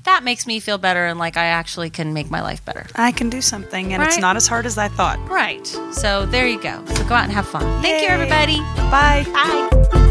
that makes me feel better and like I actually can make my life better.
I can do something, and it's
Right.
not as hard as I thought.
Right. So there you go. So go out and have fun. Thank you,
Yay.
everybody.
Bye.
Bye.